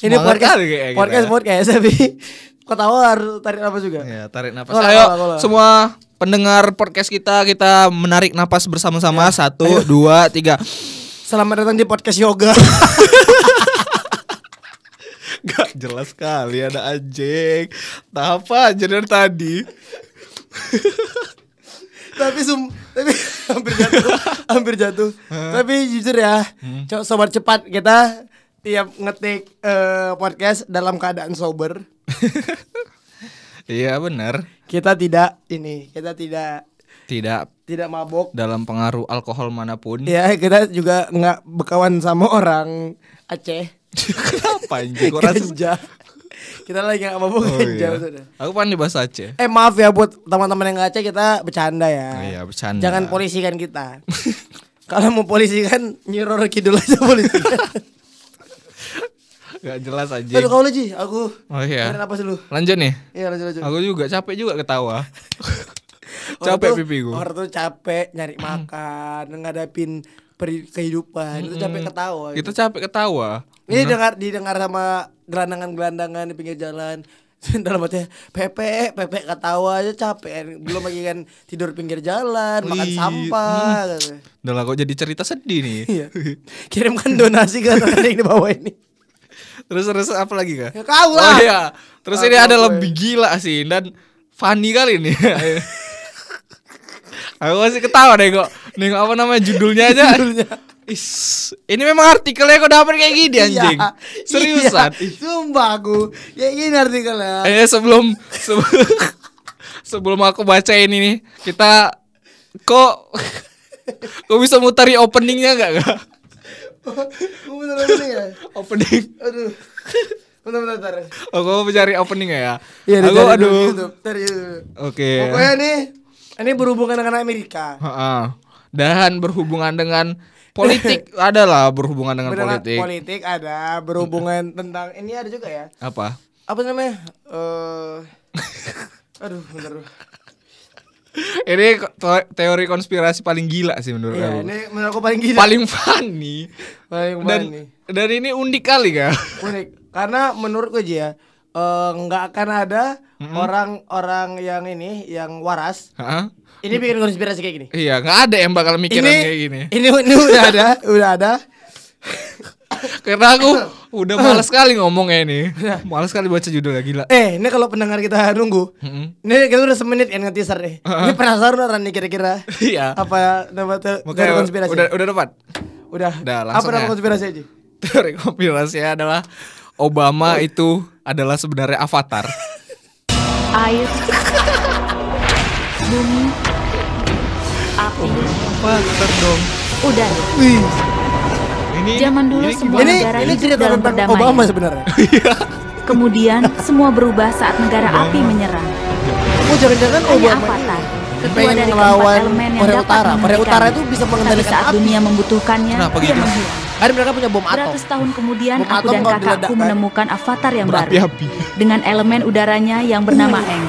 ini
Semangat
podcast
kali kayaknya kita
podcast
ya.
podcast tapi kau tahu harus tarik nafas juga
ya tarik nafas
Ngolah,
ayo
ngolah, ngolah.
semua pendengar podcast kita kita menarik nafas bersama-sama satu dua tiga
selamat datang di podcast yoga
Gak jelas sekali ada anjing Tak apa aja dari tadi
tapi sum tapi hampir jatuh hampir jatuh tapi jujur ya
Hmm.
co- sobat cepat kita tiap ngetik eh, podcast dalam keadaan sober
Iya benar
kita tidak ini kita tidak
Tidak
tidak mabok
dalam pengaruh alkohol manapun
ya kita juga nggak berkawan sama orang Aceh
Kenapa anjing? Kok rasa
ganja kita lagi nggak mabok
Oh,
ganja
iya.
maksudnya.
Aku pandai bahasa Aceh.
eh maaf ya buat teman-teman yang nggak Aceh kita bercanda ya
Oh, iya, bercanda.
jangan polisikan kita kalau mau polisikan nyiror kidul aja polisikan
Gak jelas anjing.
Aduh kau lu Ji, aku
Oh iya.
Tarik napas dulu
Lanjut nih.
Iya lanjut lanjut
Aku juga capek juga ketawa.
Orang
capek
tuh-
pipi gue.
Orang tuh capek nyari makan Ngadapin peri- kehidupan Itu capek ketawa
Itu capek ketawa.
Ini dengar, didengar sama gelandangan-gelandangan di pinggir jalan dalam hatinya pepe pepe ketawa aja capek belum lagi kan tidur pinggir jalan makan
Wih, Mm.
sampah gitu.
Udah lah kok jadi cerita sedih nih.
iya kirimkan donasi ke teman yang di bawah ini
terus terus apa lagi kak?
Ya, kau
Oh
lah.
iya. Terus ini
Aku
ada
apa
lebih gila sih dan funny kali ini. Aku masih ketawa deh kok. Nengok apa namanya judulnya aja. iya. Is, ini memang artikelnya kok dapet kayak gini anjing.
Iya,
Seriusan.
iya, sumpah aku ya ini artikelnya
Eh sebelum sebelum, sebelum aku baca ini nih, kita kok kok bisa mutari openingnya nggak nggak?
Gua bener-bener ya.
Opening.
Aduh. Bentar-bentar. bentar.
Aku mau mencari opening ya.
Iya, dicari
aku
dulu
aduh.
di YouTube. Cari di YouTube.
Oke.
iya, Pokoknya nih ini berhubungan dengan Amerika.
Heeh. Dan berhubungan dengan politik adalah berhubungan dengan
Berhubungan
politik.
politik ada berhubungan tentang ini ada juga ya.
Apa?
Apa namanya? Eh Aduh, bentar. dulu.
Ini ko- to- teori konspirasi paling gila sih menurut
Iya,
aku.
ini menurut aku paling gila.
Paling funny.
paling
Dan
nih.
dan ini unik kali kak.
Unik. Karena menurutku aja ya, eh, nggak akan ada orang-orang yang ini yang waras.
Hah?
Ini bikin konspirasi kayak gini.
Iya, nggak ada yang bakal mikirin
Ini
kayak gini.
ini ini udah ada, udah ada.
Karena aku udah males sekali ngomongnya ini.
Iya.
Males sekali baca judulnya gila.
Eh, ini kalau pendengar kita nunggu.
Mm-mm.
Ini kita udah semenit kan nge-teaser nih. Ini penasaran orang nih kira-kira
Iya.
apa nama te- teori
Makanya
konspirasi?
udah udah dapat.
Udah.
Udah,
apa
langsung
nama
ya.
konspirasi aja?
Teori konspirasinya adalah Obama itu adalah sebenarnya avatar.
air, bumi, api,
Avatar dong.
udara.
Ini
Zaman dulu semua
Ini
negara
ini
hidup
cerita
dalam
tentang
perdamaian.
Obama sebenarnya.
Kemudian semua berubah saat negara api menyerang.
Oh, jangan-jangan
Hanya
Obama ini
Avatar, ketua
pengen
dari keempat
ngelawan
elemen yang
Korea
dapat
Utara. Korea Utara
menghentikannya.
itu bisa
Tapi
mengendalikan
saat
api.
dunia membutuhkannya,
Kenapa
dia
gitu?
menghilang.
Kan mereka punya bom atom.
100 tahun kemudian,
Bom
aku
atom
dan
kalau
kakakku
diledakkan.
menemukan avatar yang baru
berapi-api.
dengan elemen udaranya yang bernama Eng.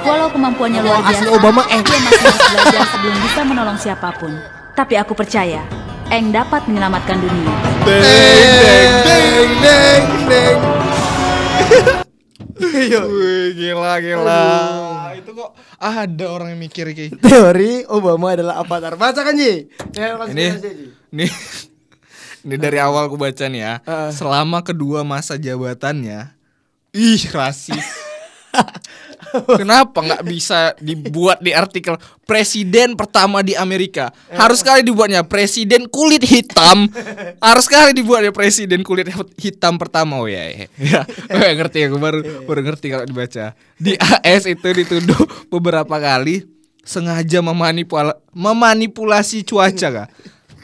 Walau kemampuannya
Kalau
luar biasa,
Hmm. asli Obama Eng.
dia masih harus belajar sebelum bisa menolong siapapun. Tapi aku percaya, Eng dapat menyelamatkan dunia.
Deng, deng, deng.
Deng deng deng. Iya.
Wih, gila gila. Itu kok ada orang yang mikir kayak
Teori Obama adalah avatar. Baca kan Ji? Ya,
ini
konspirasi, Ji.
ini ini dari awal aku baca nih ya
Heeh.
selama kedua masa jabatannya ih rasis Kenapa nggak bisa dibuat di artikel presiden pertama di Amerika? Harus kali dibuatnya presiden kulit hitam. Harus kali dibuatnya presiden kulit hitam pertama. Oh ya, ya. ya. Oh, ya, ngerti aku baru baru ngerti kalau dibaca. Di AS itu dituduh beberapa kali sengaja memanipula- memanipulasi cuaca kak.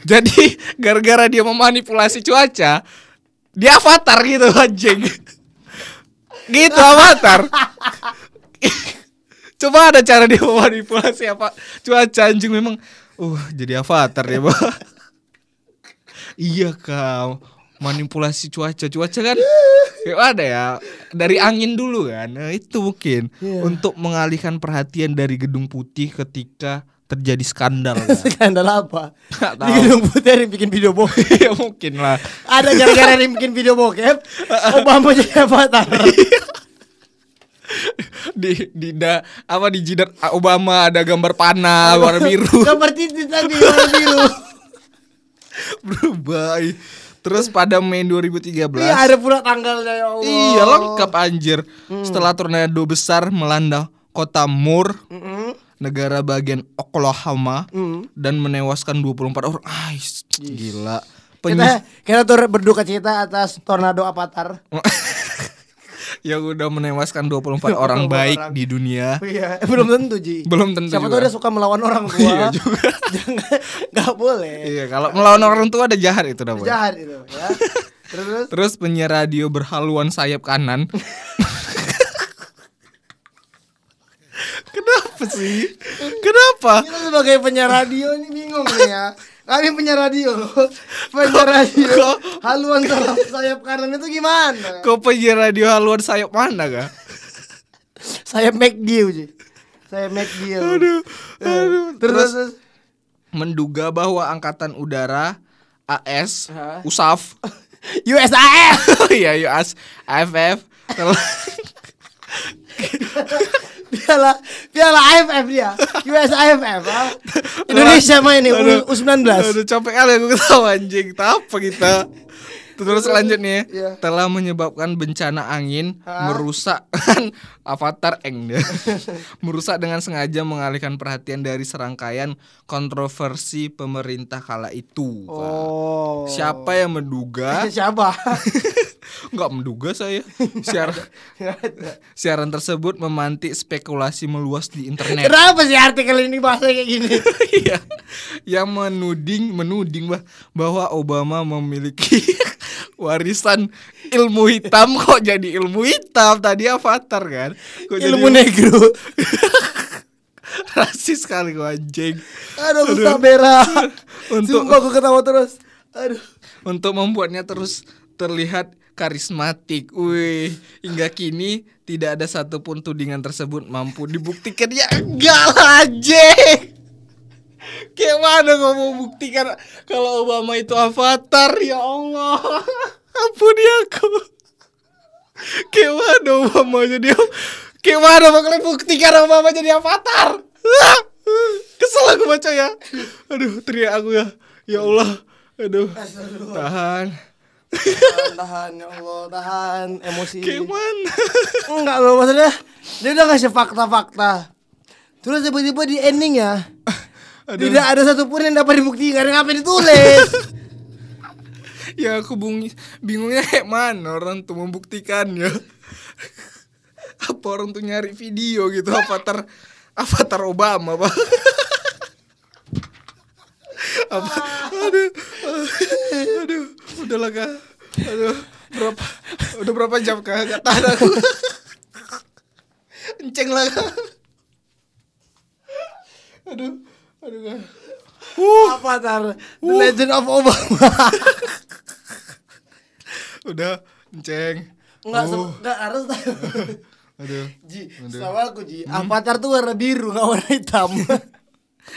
Jadi gara-gara dia memanipulasi cuaca, dia avatar gitu anjing gitu avatar coba ada cara dia memanipulasi apa cuaca anjing memang uh jadi avatar dia bah iya kak manipulasi cuaca cuaca kan ya ada ya dari angin dulu kan Nah, itu mungkin untuk mengalihkan perhatian dari gedung putih ketika terjadi skandal kan?
Skandal apa?
Nggak
Di
tahu.
gedung putih ada yang bikin video bokep.
ya mungkin lah
Ada gara-gara ada yang bikin video bokep. Obama jadi avatar.
di di da, apa di jidat Obama ada gambar panah Ah, warna biru
Seperti itu tadi warna biru.
berubah. Terus pada Mei 2013.
Iya ada pula tanggalnya ya Allah. Hmm.
Iya, lengkap anjir. Setelah tornado besar melanda kota Moore,
Mm-mm.
negara bagian Oklahoma
Hmm.
dan menewaskan 24 orang. Ais, gila.
Kita
Penyis-
kita turut berduka cita atas tornado avatar.
yang udah menewaskan 24 orang baik
orang.
di dunia.
Iya, belum tentu Ji.
Belum tentu
Siapa
juga.
tahu dia suka melawan orang tua.
Iya juga.
Jangan, nggak boleh.
Iya, kalau melawan orang tua ada jahat itu dah. Boy.
Jahat itu ya. Terus, terus.
Terus penyiar radio berhaluan sayap kanan. Kenapa sih? Kenapa?
kita sebagai penyiar radio ini bingung nih ya. Kami penyiar radio, penyiar radio.
kok-
Haluan sayap, sayap kanan itu gimana?
Kok penyiar radio haluan sayap mana kah?
Sayap McD Ji. Sayap McD. ya.
Aduh,
Eh, Terus,
aduh. Terus-
terus.
Menduga bahwa angkatan udara AS,
Hah?
USAF,
USAF.
ya US, AFF telah
Piala Piala AFF dia. US AFF. ah. Indonesia main nih
Aduh,
U19.
Aduh capek kali aku ketawa anjing. Apa kita? Terus lanjut nih. ya.
Iya.
Telah menyebabkan bencana angin
Hah?
merusak avatar Eng dia. merusak dengan sengaja mengalihkan perhatian dari serangkaian kontroversi pemerintah kala itu. Pak.
Oh.
Siapa yang menduga?
Siapa?
Nggak menduga saya. Siar-
Nggak ada.
siaran tersebut memantik spekulasi meluas di internet.
Kenapa sih artikel ini bahasa kayak gini?
Iya. yang menuding menuding bah, bahwa Obama memiliki warisan ilmu hitam kok jadi ilmu hitam tadi avatar kan kok
Ilmu
jadi
negro.
rasis sekali kok anjing
Aduh, aku susah berak.
Untuk-
Sumpah aku ketawa terus. Aduh.
untuk membuatnya terus terlihat karismatik. Wih, hingga kini tidak ada satupun tudingan tersebut mampu dibuktikan. Ya enggak lah, anjing. Gimana kau mau buktikan kalau Obama itu avatar? Ya Allah. Ampuni aku. Gimana Obama jadi Gimana bakalan buktikan Obama jadi avatar Kesel aku baca ya Aduh teriak aku ya Ya Allah Aduh Tahan
tahan, tahan ya Allah, tahan emosi.
Gimana
Enggak loh maksudnya Dia udah ngasih fakta-fakta Terus tiba-tiba di ending ya
Aduh.
Tidak ada satupun yang dapat dibuktikan Ngapain ditulis
Ya aku bung- bingungnya kayak mana orang tuh membuktikannya Apa orang tuh nyari video gitu Avatar Avatar Obama apa apa aduh aduh udahlah kak aduh berapa udah berapa jam kak gak tahan aku enceng lah kak aduh aduh kak
Avatar The Legend of Obama
udah enceng
Enggak, se-
Uh,
enggak harus tahu
aduh
Ji,
Aduh. Hmm.
sama aku Ji Avatar tuh warna biru, nggak warna hitam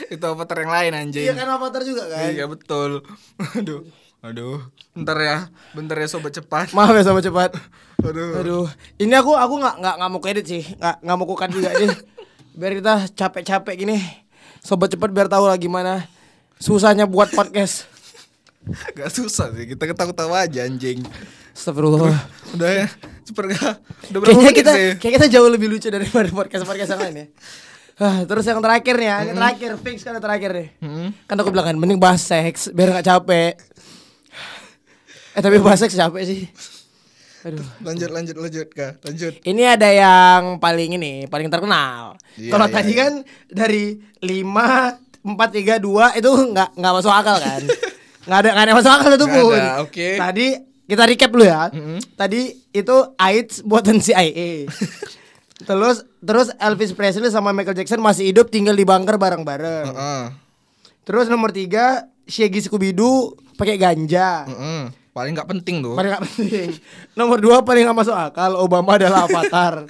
itu avatar yang lain anjing
Iya kan Avatar juga kan
Iya betul. Aduh, aduh. Bentar ya, bentar ya sobat cepat.
Maaf ya sama cepat
Aduh.
Aduh, ini aku aku nggak nggak nggak mau kredit sih, nggak nggak mau kukan juga nih. Biar kita capek-capek gini, sobat cepat biar tahu lah gimana susahnya buat podcast.
Gak susah sih, kita ketawa-ketawa aja anjing.
Astagfirullah.
Udah ya, super gak? Udah berapa
Kayaknya
menit
kita
sih?
kayak kita jauh lebih lucu daripada podcast podcast yang lain ya. Hah, terus yang terakhir nih, ya, yang terakhir fix kan yang terakhir nih.
Hmm?
Kan aku bilang kan mending bahas seks biar nggak capek. Eh tapi bahas seks capek sih. Aduh.
Lanjut, lanjut, lanjut kak, lanjut.
Ini ada yang paling ini, paling terkenal.
Iya,
Kalau
iya,
tadi
iya.
kan dari 5 4 3 2 itu nggak nggak masuk akal kan? nggak ada nggak ada yang masuk akal itu
Nggak
pun.
ada, oke.
Tadi kita recap dulu ya. Tadi itu AIDS buatan CIA. terus terus Elvis Presley sama Michael Jackson masih hidup tinggal di bunker bareng-bareng.
Heeh,
Terus nomor 3 Shaggy Scooby Doo pakai ganja.
heeh. Paling gak penting tuh.
Paling nggak penting. Nomor 2 paling nggak masuk akal Obama adalah avatar.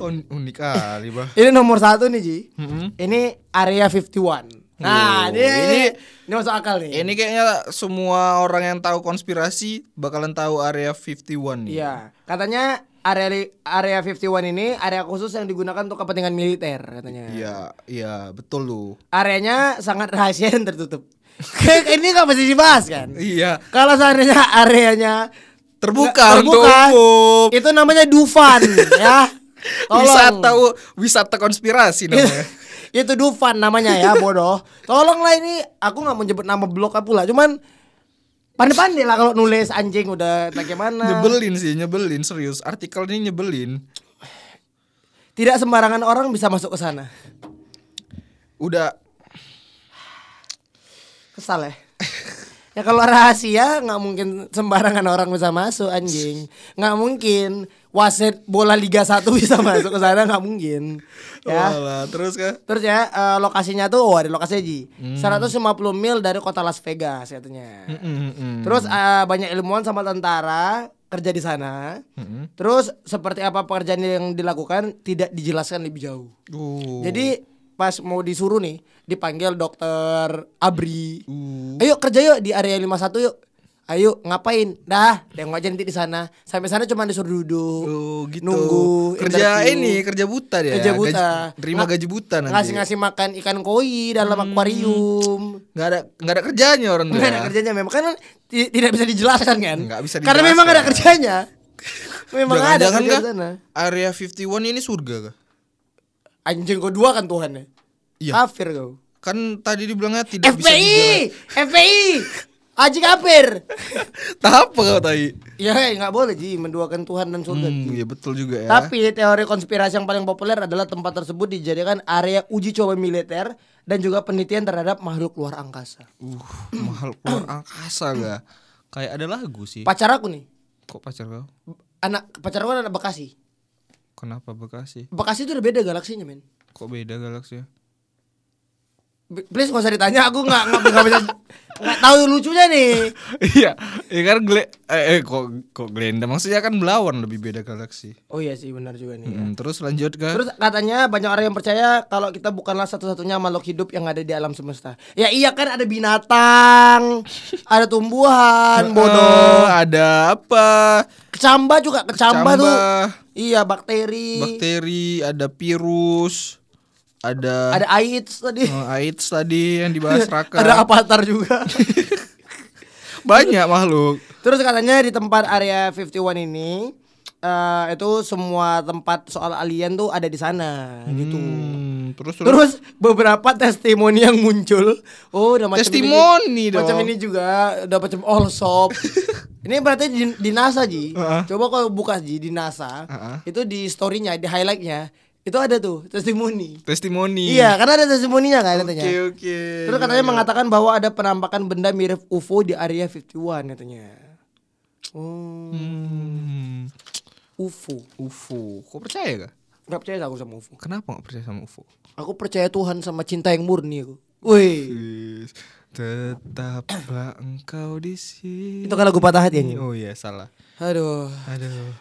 Oh, unik kali bah. Hmm?
Ini nomor satu nih Ji.
Mm-mm.
Ini area 51. Nah,
Oh,
ini, ini
ini-
ini masuk akal nih.
Ini kayaknya semua orang yang tahu konspirasi bakalan tahu area 51 nih.
Iya. Katanya area area 51 ini area khusus yang digunakan untuk kepentingan militer katanya.
Iya, iya, betul lu.
Areanya sangat rahasia dan tertutup. ini nggak mesti dibahas kan?
Iya,
Kalau seandainya areanya
terbuka, untuk
terbuka,
umum.
itu namanya Dufan ya. Tolong.
Wisata wisata konspirasi namanya.
Iya. itu Dufan namanya ya bodoh tolonglah ini aku nggak mau nyebut nama blog aku lah cuman pandai-pandai lah kalau nulis anjing udah bagaimana
nyebelin sih, nyebelin serius. Artikel ini nyebelin.
tidak sembarangan orang bisa masuk ke sana
Udah
kesal ya ya kalau rahasia nggak mungkin sembarangan orang bisa masuk anjing nggak mungkin wasit bola Liga 1 bisa masuk ke sana nggak mungkin ya
Walah, terus kan
Terus ya eh, lokasinya tuh wah di lokasinya Ji. 150 mil dari kota Las Vegas katanya.
Hmm. Mm,
Terus eh, banyak ilmuwan sama tentara kerja di sana.
Hmm. mm.
Terus seperti apa pekerjaan yang dilakukan tidak dijelaskan lebih jauh.
Uh.
Jadi pas mau disuruh nih dipanggil dokter Abri.
Uh.
Ayo kerja yuk di area 51 yuk. Ayo ngapain? Dah, tengok aja nanti di sana. Sampai sana cuma disuruh duduk,
Oh, gitu.
nunggu
kerja
interview.
ini kerja buta dia.
Kerja buta.
Gaji- terima
Nga-
gaji buta nanti. Hmm.
Ngasih-ngasih makan ikan koi dalam akuarium.
Nggak ada nggak ada kerjanya orang ya.
Enggak ada
tua.
kerjanya memang kan ti- tidak bisa dijelaskan kan?
Iya. Nggak bisa
Karena memang
dijelaskan.
ada kerjanya. memang ada
Jangan-jangan
kerja
kah?
di sana.
kan, Area 51 ini surga kah?
Anjing kau dua kan Tuhan ya.
Iya.
Kafir kau.
Kan tadi dibilangnya tidak bisa
FPI, FPI. Aji kafir.
Tahap apa kau tai?
ya nggak boleh Ji menduakan Tuhan dan surga.
Hmm, ya betul juga ya.
Tapi teori konspirasi yang paling populer adalah tempat tersebut dijadikan area uji coba militer dan juga penelitian terhadap makhluk luar angkasa.
uh, mahal keluar angkasa gak? Kayak ada lagu sih.
Pacar aku nih,
Kok pacar kau?
anak pacar aku kan anak Bekasi.
Kenapa Bekasi?
Bekasi itu udah beda galaksinya men
Kok beda galaksi ya?
Please nggak usah ditanya, aku nggak nggak nggak bisa nggak tahu lucunya nih.
Iya, ya kan gle eh, eh, kok kok Glenda maksudnya kan belawan lebih beda galaksi.
Oh iya sih benar juga nih.
Hmm, terus lanjut ke
Terus katanya banyak orang yang percaya kalau kita bukanlah satu-satunya makhluk hidup yang ada di alam semesta. Ya iya kan ada binatang, ada tumbuhan,
Eh,
kan bodoh.
ada apa?
Kecamba juga kecamba,
Kecamba.
tuh. Iya bakteri.
Bakteri, ada virus, ada
Ada AIDS tadi.
eh, AIDS tadi yang dibahas Raka.
ada avatar juga.
Banyak makhluk.
Terus katanya di tempat area 51 ini eh, itu semua tempat soal alien tuh ada di sana gitu.
Hmm, terus terus
Terus beberapa testimoni yang muncul. Oh, udah macam ini,
Testimoni
Macam
dong.
ini juga udah macam all shop. ini berarti di, di NASA Ji.
Heeh.
Coba kalau buka Ji di NASA,
Heeh.
itu di story-nya, di highlight-nya itu ada tuh testimoni.
testimoni.
Iya, karena ada testimoninya kan
Oke,
katanya.
oke. iya.
Terus katanya mengatakan bahwa ada penampakan benda mirip UFO di area 51 katanya. Oh,
Hmm,
UFO.
UFO. Kok percaya gak?
Gak percaya aku sama UFO.
Kenapa gak percaya sama UFO?
Aku percaya Tuhan sama cinta yang murni aku. Wih,
Is, Tetaplah engkau di sini.
itu kan lagu patah hati anjing.
Oh iya, salah.
Aduh.
Aduh.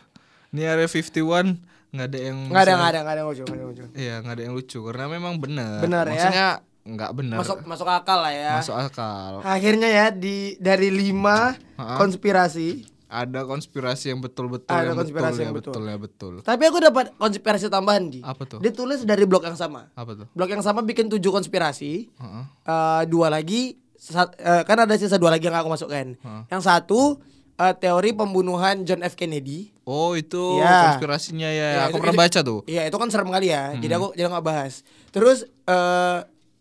Ini area 51 nggak ada yang
Enggak ada, enggak ada, enggak ada yang lucu, nggak ada yang lucu.
Iya, nggak ada yang lucu karena memang benar.
Benar, ya.
Maksudnya nggak benar.
Masuk masuk akal lah ya.
Nah, Masuk akal.
Akhirnya ya di dari lima
Ha-ha.
konspirasi.
Ada konspirasi yang betul-betul
Ada
yang
konspirasi
betul,
yang
ya,
betul.
betul ya betul.
Tapi aku dapat konspirasi tambahan Ji.
Apa tuh?
Ditulis dari blog yang sama.
Apa tuh?
Blog yang sama bikin tujuh konspirasi.
Heeh.
Eh, dua lagi sesat- eh, kan ada sisa dua lagi yang aku masukkan. Yang satu eh, teori pembunuhan John F Kennedy.
Oh, itu
Iya.
konspirasinya ya.
Ya,
Aku
itu-
pernah
itu-
baca tuh.
Iya, itu kan serem kali ya.
Hmm.
Jadi aku jadi nggak bahas. Terus eh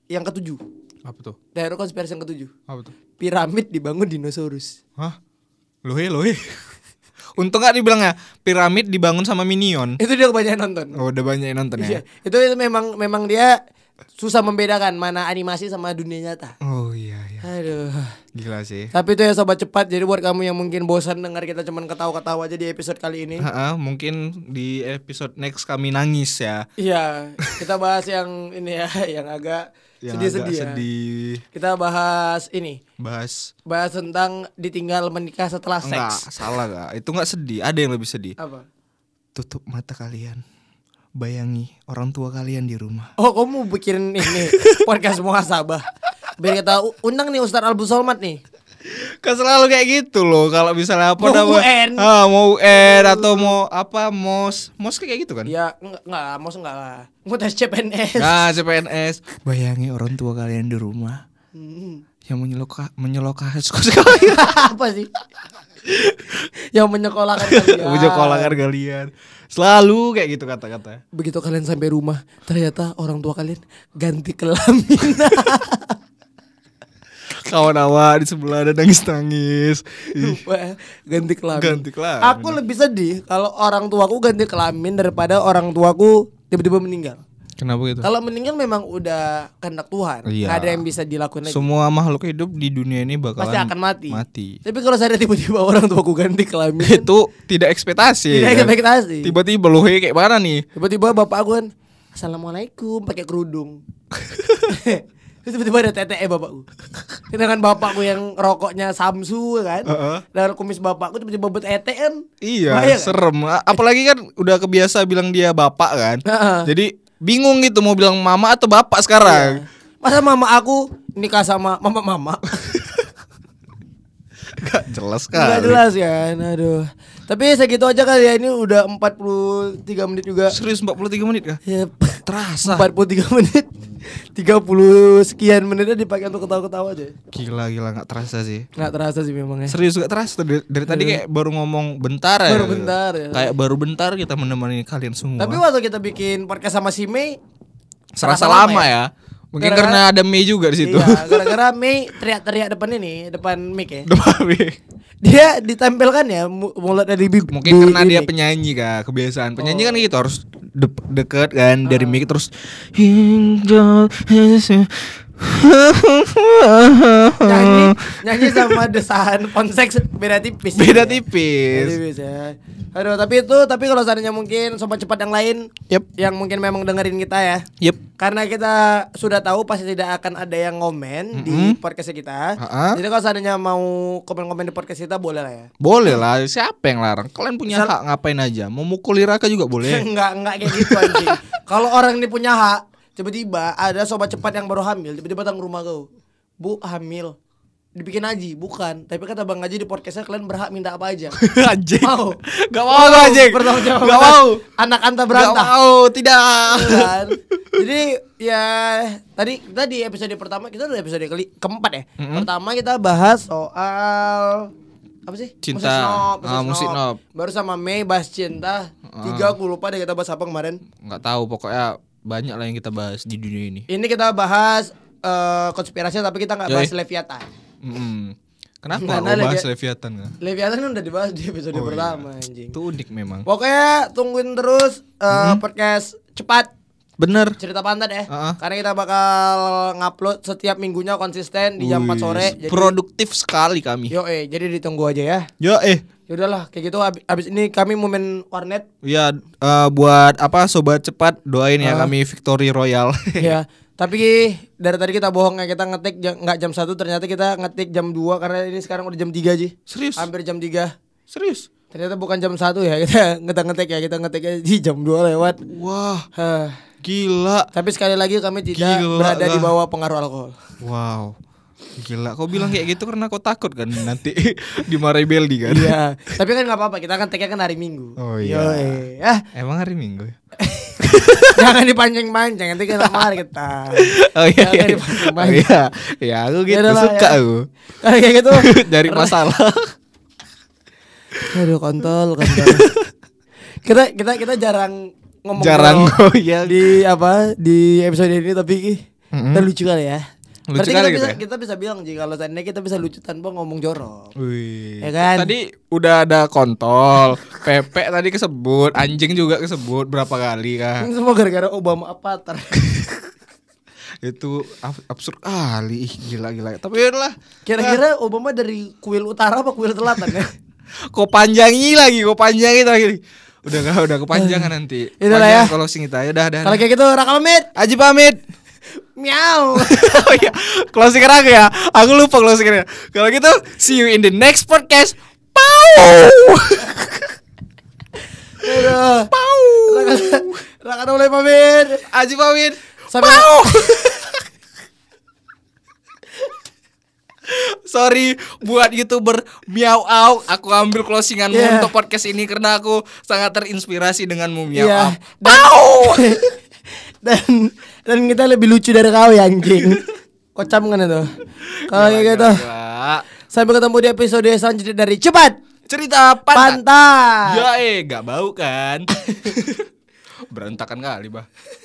yang ketujuh,
Apa tuh?
teori konspirasi yang ketujuh.
Apa tuh?
Piramid dibangun dinosaurus.
Hah? Lohe, lohe. Untung gak dibilang ya, piramid dibangun sama minion.
Itu dia kebanyakan nonton.
Oh, udah banyak yang nonton
Iya,
ya.
itu itu memang memang dia susah membedakan mana animasi sama dunia nyata.
Oh iya iya.
Aduh.
Gila sih.
Tapi itu ya sobat cepat. Jadi buat kamu yang mungkin bosan dengar kita cuman ketawa-ketawa aja di episode kali ini.
Ha-ha, mungkin di episode next kami nangis ya.
Iya, kita bahas yang ini ya, yang agak
Yang
sedih-sedih
agak
ya.
sedih.
Kita bahas ini,
Bahas
bahas tentang ditinggal menikah setelah
Enggak,
seks.
salah gak? Itu enggak sedih, ada yang lebih sedih
Apa?
Tutup mata kalian Bayangi orang tua kalian di rumah
Oh, kamu mau bikin ini podcast muhasabah. Biar kita u- undang nih Ustaz Albus Solmat nih.
Kan selalu kayak gitu loh Kalau misalnya apa
Mau
nama-
UN.
Ah, Mau UN atau mau apa Mos Mos kayak gitu kan
Ya enggak enggak, mau enggak lah. Mau tes CPNS.
Nah CPNS Bayangi orang tua kalian di rumah
Hmm.
Yang menyeloka menyeloka sekolah kalian
apa sih? yang menyekolahkan kalian.
Menyekolahkan kalian Selalu kayak gitu kata-kata
Begitu kalian sampai rumah, ternyata orang tua kalian ganti kelamin.
Kawan awak di sebelah ada nangis-nangis Ih,
Wah, ganti kelamin.
Ganti kelamin.
Aku lebih sedih kalau orang tuaku ganti kelamin daripada orang tuaku tiba-tiba meninggal.
Kenapa gitu?
Kalau meninggal memang udah kehendak Tuhan.
Iya.
Nggak ada yang bisa dilakuin lagi.
Semua makhluk hidup di dunia ini bakalan
Pasti akan mati.
Mati.
Tapi kalau saya tiba-tiba orang tuaku ganti kelamin,
Itu tidak ekspektasi.
Tidak
kan?
ekspektasi.
Tiba-tiba loh "Hei, kayak mana nih?
tiba-tiba bapak aku kan assalamualaikum pakai kerudung. Terus tiba-tiba ada eh, tete bapakku. Dengan bapakku yang rokoknya Samsu kan.
Heeh.
Dan kumis bapakku tiba-tiba betete kan.
Iya,
Bahaya kan?
serem. A- Apalagi kan udah kebiasa bilang dia bapak kan.
Heeh.
Jadi bingung gitu mau bilang mama atau bapak sekarang.
Iya. Masa mama aku nikah sama mama mama?
Gak jelas
Enggak
kan.
jelas ya. Aduh. Tapi segitu aja kali ya ini udah 43 menit juga.
Serius 43 menit kah?
Yep.
Terasa.
43 menit. 30 sekian menitnya dipakai untuk ketawa-ketawa aja.
Gila gila nggak terasa sih.
Nggak terasa sih memang ya.
Serius gak terasa dari, dari tadi kayak baru ngomong bentar ya.
Eh. Baru bentar ya.
Kayak baru bentar kita menemani kalian semua.
Tapi waktu kita bikin podcast sama si Mei terasa
Serasa lama,
lama
ya. Mungkin
Gara-gara-
karena ada Mei juga di situ.
Iya, gara-gara Mei teriak-teriak depan ini, depan mic ya.
Depan Mei.
Dia ditampilkan ya mu- mulut dari bi-
Mungkin
bi-
karena dia
ini. Oh.
penyanyi kak kebiasaan penyanyi kan gitu harus de- deket kan dari
Ah.
mic terus hingga
nyanyi nyanyi sama desahan ponseks beda tipis. Ya. Beda
Beda tipis.
tipis ya. Aduh, tapi itu tapi kalau seandainya mungkin sobat cepat yang lain
Yep.
yang mungkin memang dengerin kita ya.
Yep.
Karena kita sudah tahu pasti tidak akan ada yang komen di podcast kita.
Ha-ha.
Jadi kalau seandainya mau komen-komen di podcast kita boleh lah ya.
Boleh lah, siapa yang larang? Kalian punya
Misal-
hak ngapain aja. Mau mukuli Raka juga boleh.
enggak enggak kayak gitu anjing. Kalau orang ini punya hak, tiba-tiba ada sobat cepat yang baru hamil, tiba-tiba datang ke rumah kau. Bu hamil. Dibikin aji, bukan. Tapi kata Bang Haji di podcastnya kalian berhak minta apa aja.
anjing.
Mau.
Gak mau lo anjing.
Bertanggung jawab
Gak mau.
Anak anta
Gak
berantah.
mau, tidak.
Kan? Jadi ya tadi kita di episode pertama kita udah episode keli keempat ya. Pertama kita bahas soal apa sih?
Cinta.
Musik snob,
Ah, musik snob.
Baru sama Mei bahas cinta. Tiga aku lupa deh kita bahas apa kemarin.
nggak tahu pokoknya banyak lah yang kita bahas di dunia ini
Ini kita bahas eh, konspirasi tapi kita nggak
Yoi.
bahas Leviathan.
Mm-mm. kenapa
Mana
lo
lagi-
bahas Leviathan ya?
Leviathan kan udah dibahas di episode pertama anjing.
itu unik memang
Pokoknya tungguin terus eh, podcast cepat
bener
cerita pantat ya.
Hmm. Heeh.
Karena kita bakal ngupload setiap minggunya konsisten di jam 4 sore.
Wih, produktif sekali kami
Yo eh, jadi ditunggu aja ya.
yo eh
Yaudahlah, kayak gitu abis, abis ini kami momen warnet
ya eh, buat apa sobat cepat doain ya
Ah.
kami victory royal
ya. Tapi dari tadi kita bohong ya, kita ngetik ja- nggak jam 1 ternyata kita ngetik jam 2 karena ini sekarang udah jam 3 Ji.
serius
Hampir jam 3.
serius
Ternyata bukan jam 1 ya, kita ngetek ngetik ya, kita ngetiknya di jam 2 lewat.
wah
Hah.
gila
Tapi sekali lagi kami tidak
Gila
berada di
lah.
bawah pengaruh alkohol.
wow gila kau bilang kayak gitu karena kau takut kan nanti dimarahi Beldi kan
Iya, tapi kan nggak apa-apa, kita kan take kan hari Minggu.
Oh, iya.
Yoi. Ah,
emang hari minggu ya
jangan dipancing-pancing, nanti kena marah kita.
oh iya
Jangan
iya oh,
dipancing-pancing.
iya ya aku gitu
Yaudahlah,
suka
ya.
aku
Kalau kayak gitu.
dari masalah
Aduh, kontol, kontol. kita kita kita jarang ngomong
jarang
kalau
ya
di apa di episode ini tapi kita lucu kali ya.
Lucu
Berarti
kali
kita
gitu
bisa,
ya?
kita bisa bilang jika kalau seandainya kita bisa lucu tanpa ngomong jorok.
Wih.
Ya kan?
Tadi udah ada kontol, pepek tadi kesebut, anjing juga kesebut berapa kali kan?
Ini semua gara-gara Obama Avatar.
Itu ab- absurd kali, Ih, gila-gila. Tapi lah,
Kira-kira Obama dari kuil utara apa kuil selatan ya?
kok Ah, panjangi lagi, kok panjangi lagi. Udah nggak, udah kepanjangan nanti.
Itulah ya.
Panjang Kalau singit aja, udah, udah.
Kalau kayak gitu Raka pamit.
Aji pamit.
Miau.
oh iya, closing aku ya. Aku lupa closing Kalau gitu, see you in the next podcast. Pau.
Aduh. Raka, Raka udah mulai pamit.
Aji pamit.
Sampai-
Pau. Sorry buat youtuber miau au aku ambil closinganmu
Yeah.
untuk podcast ini karena aku sangat terinspirasi denganmu miau
Yeah.
au. Pau.
dan dan kita lebih lucu dari kau ya anjing. Kocam kan itu. Kalau kayak gitu.
Gila.
Sampai ketemu di episode selanjutnya dari Cepat
Cerita pantat.
Pantai.
Iya, Ya eh gak bau kan. Berantakan kali bah.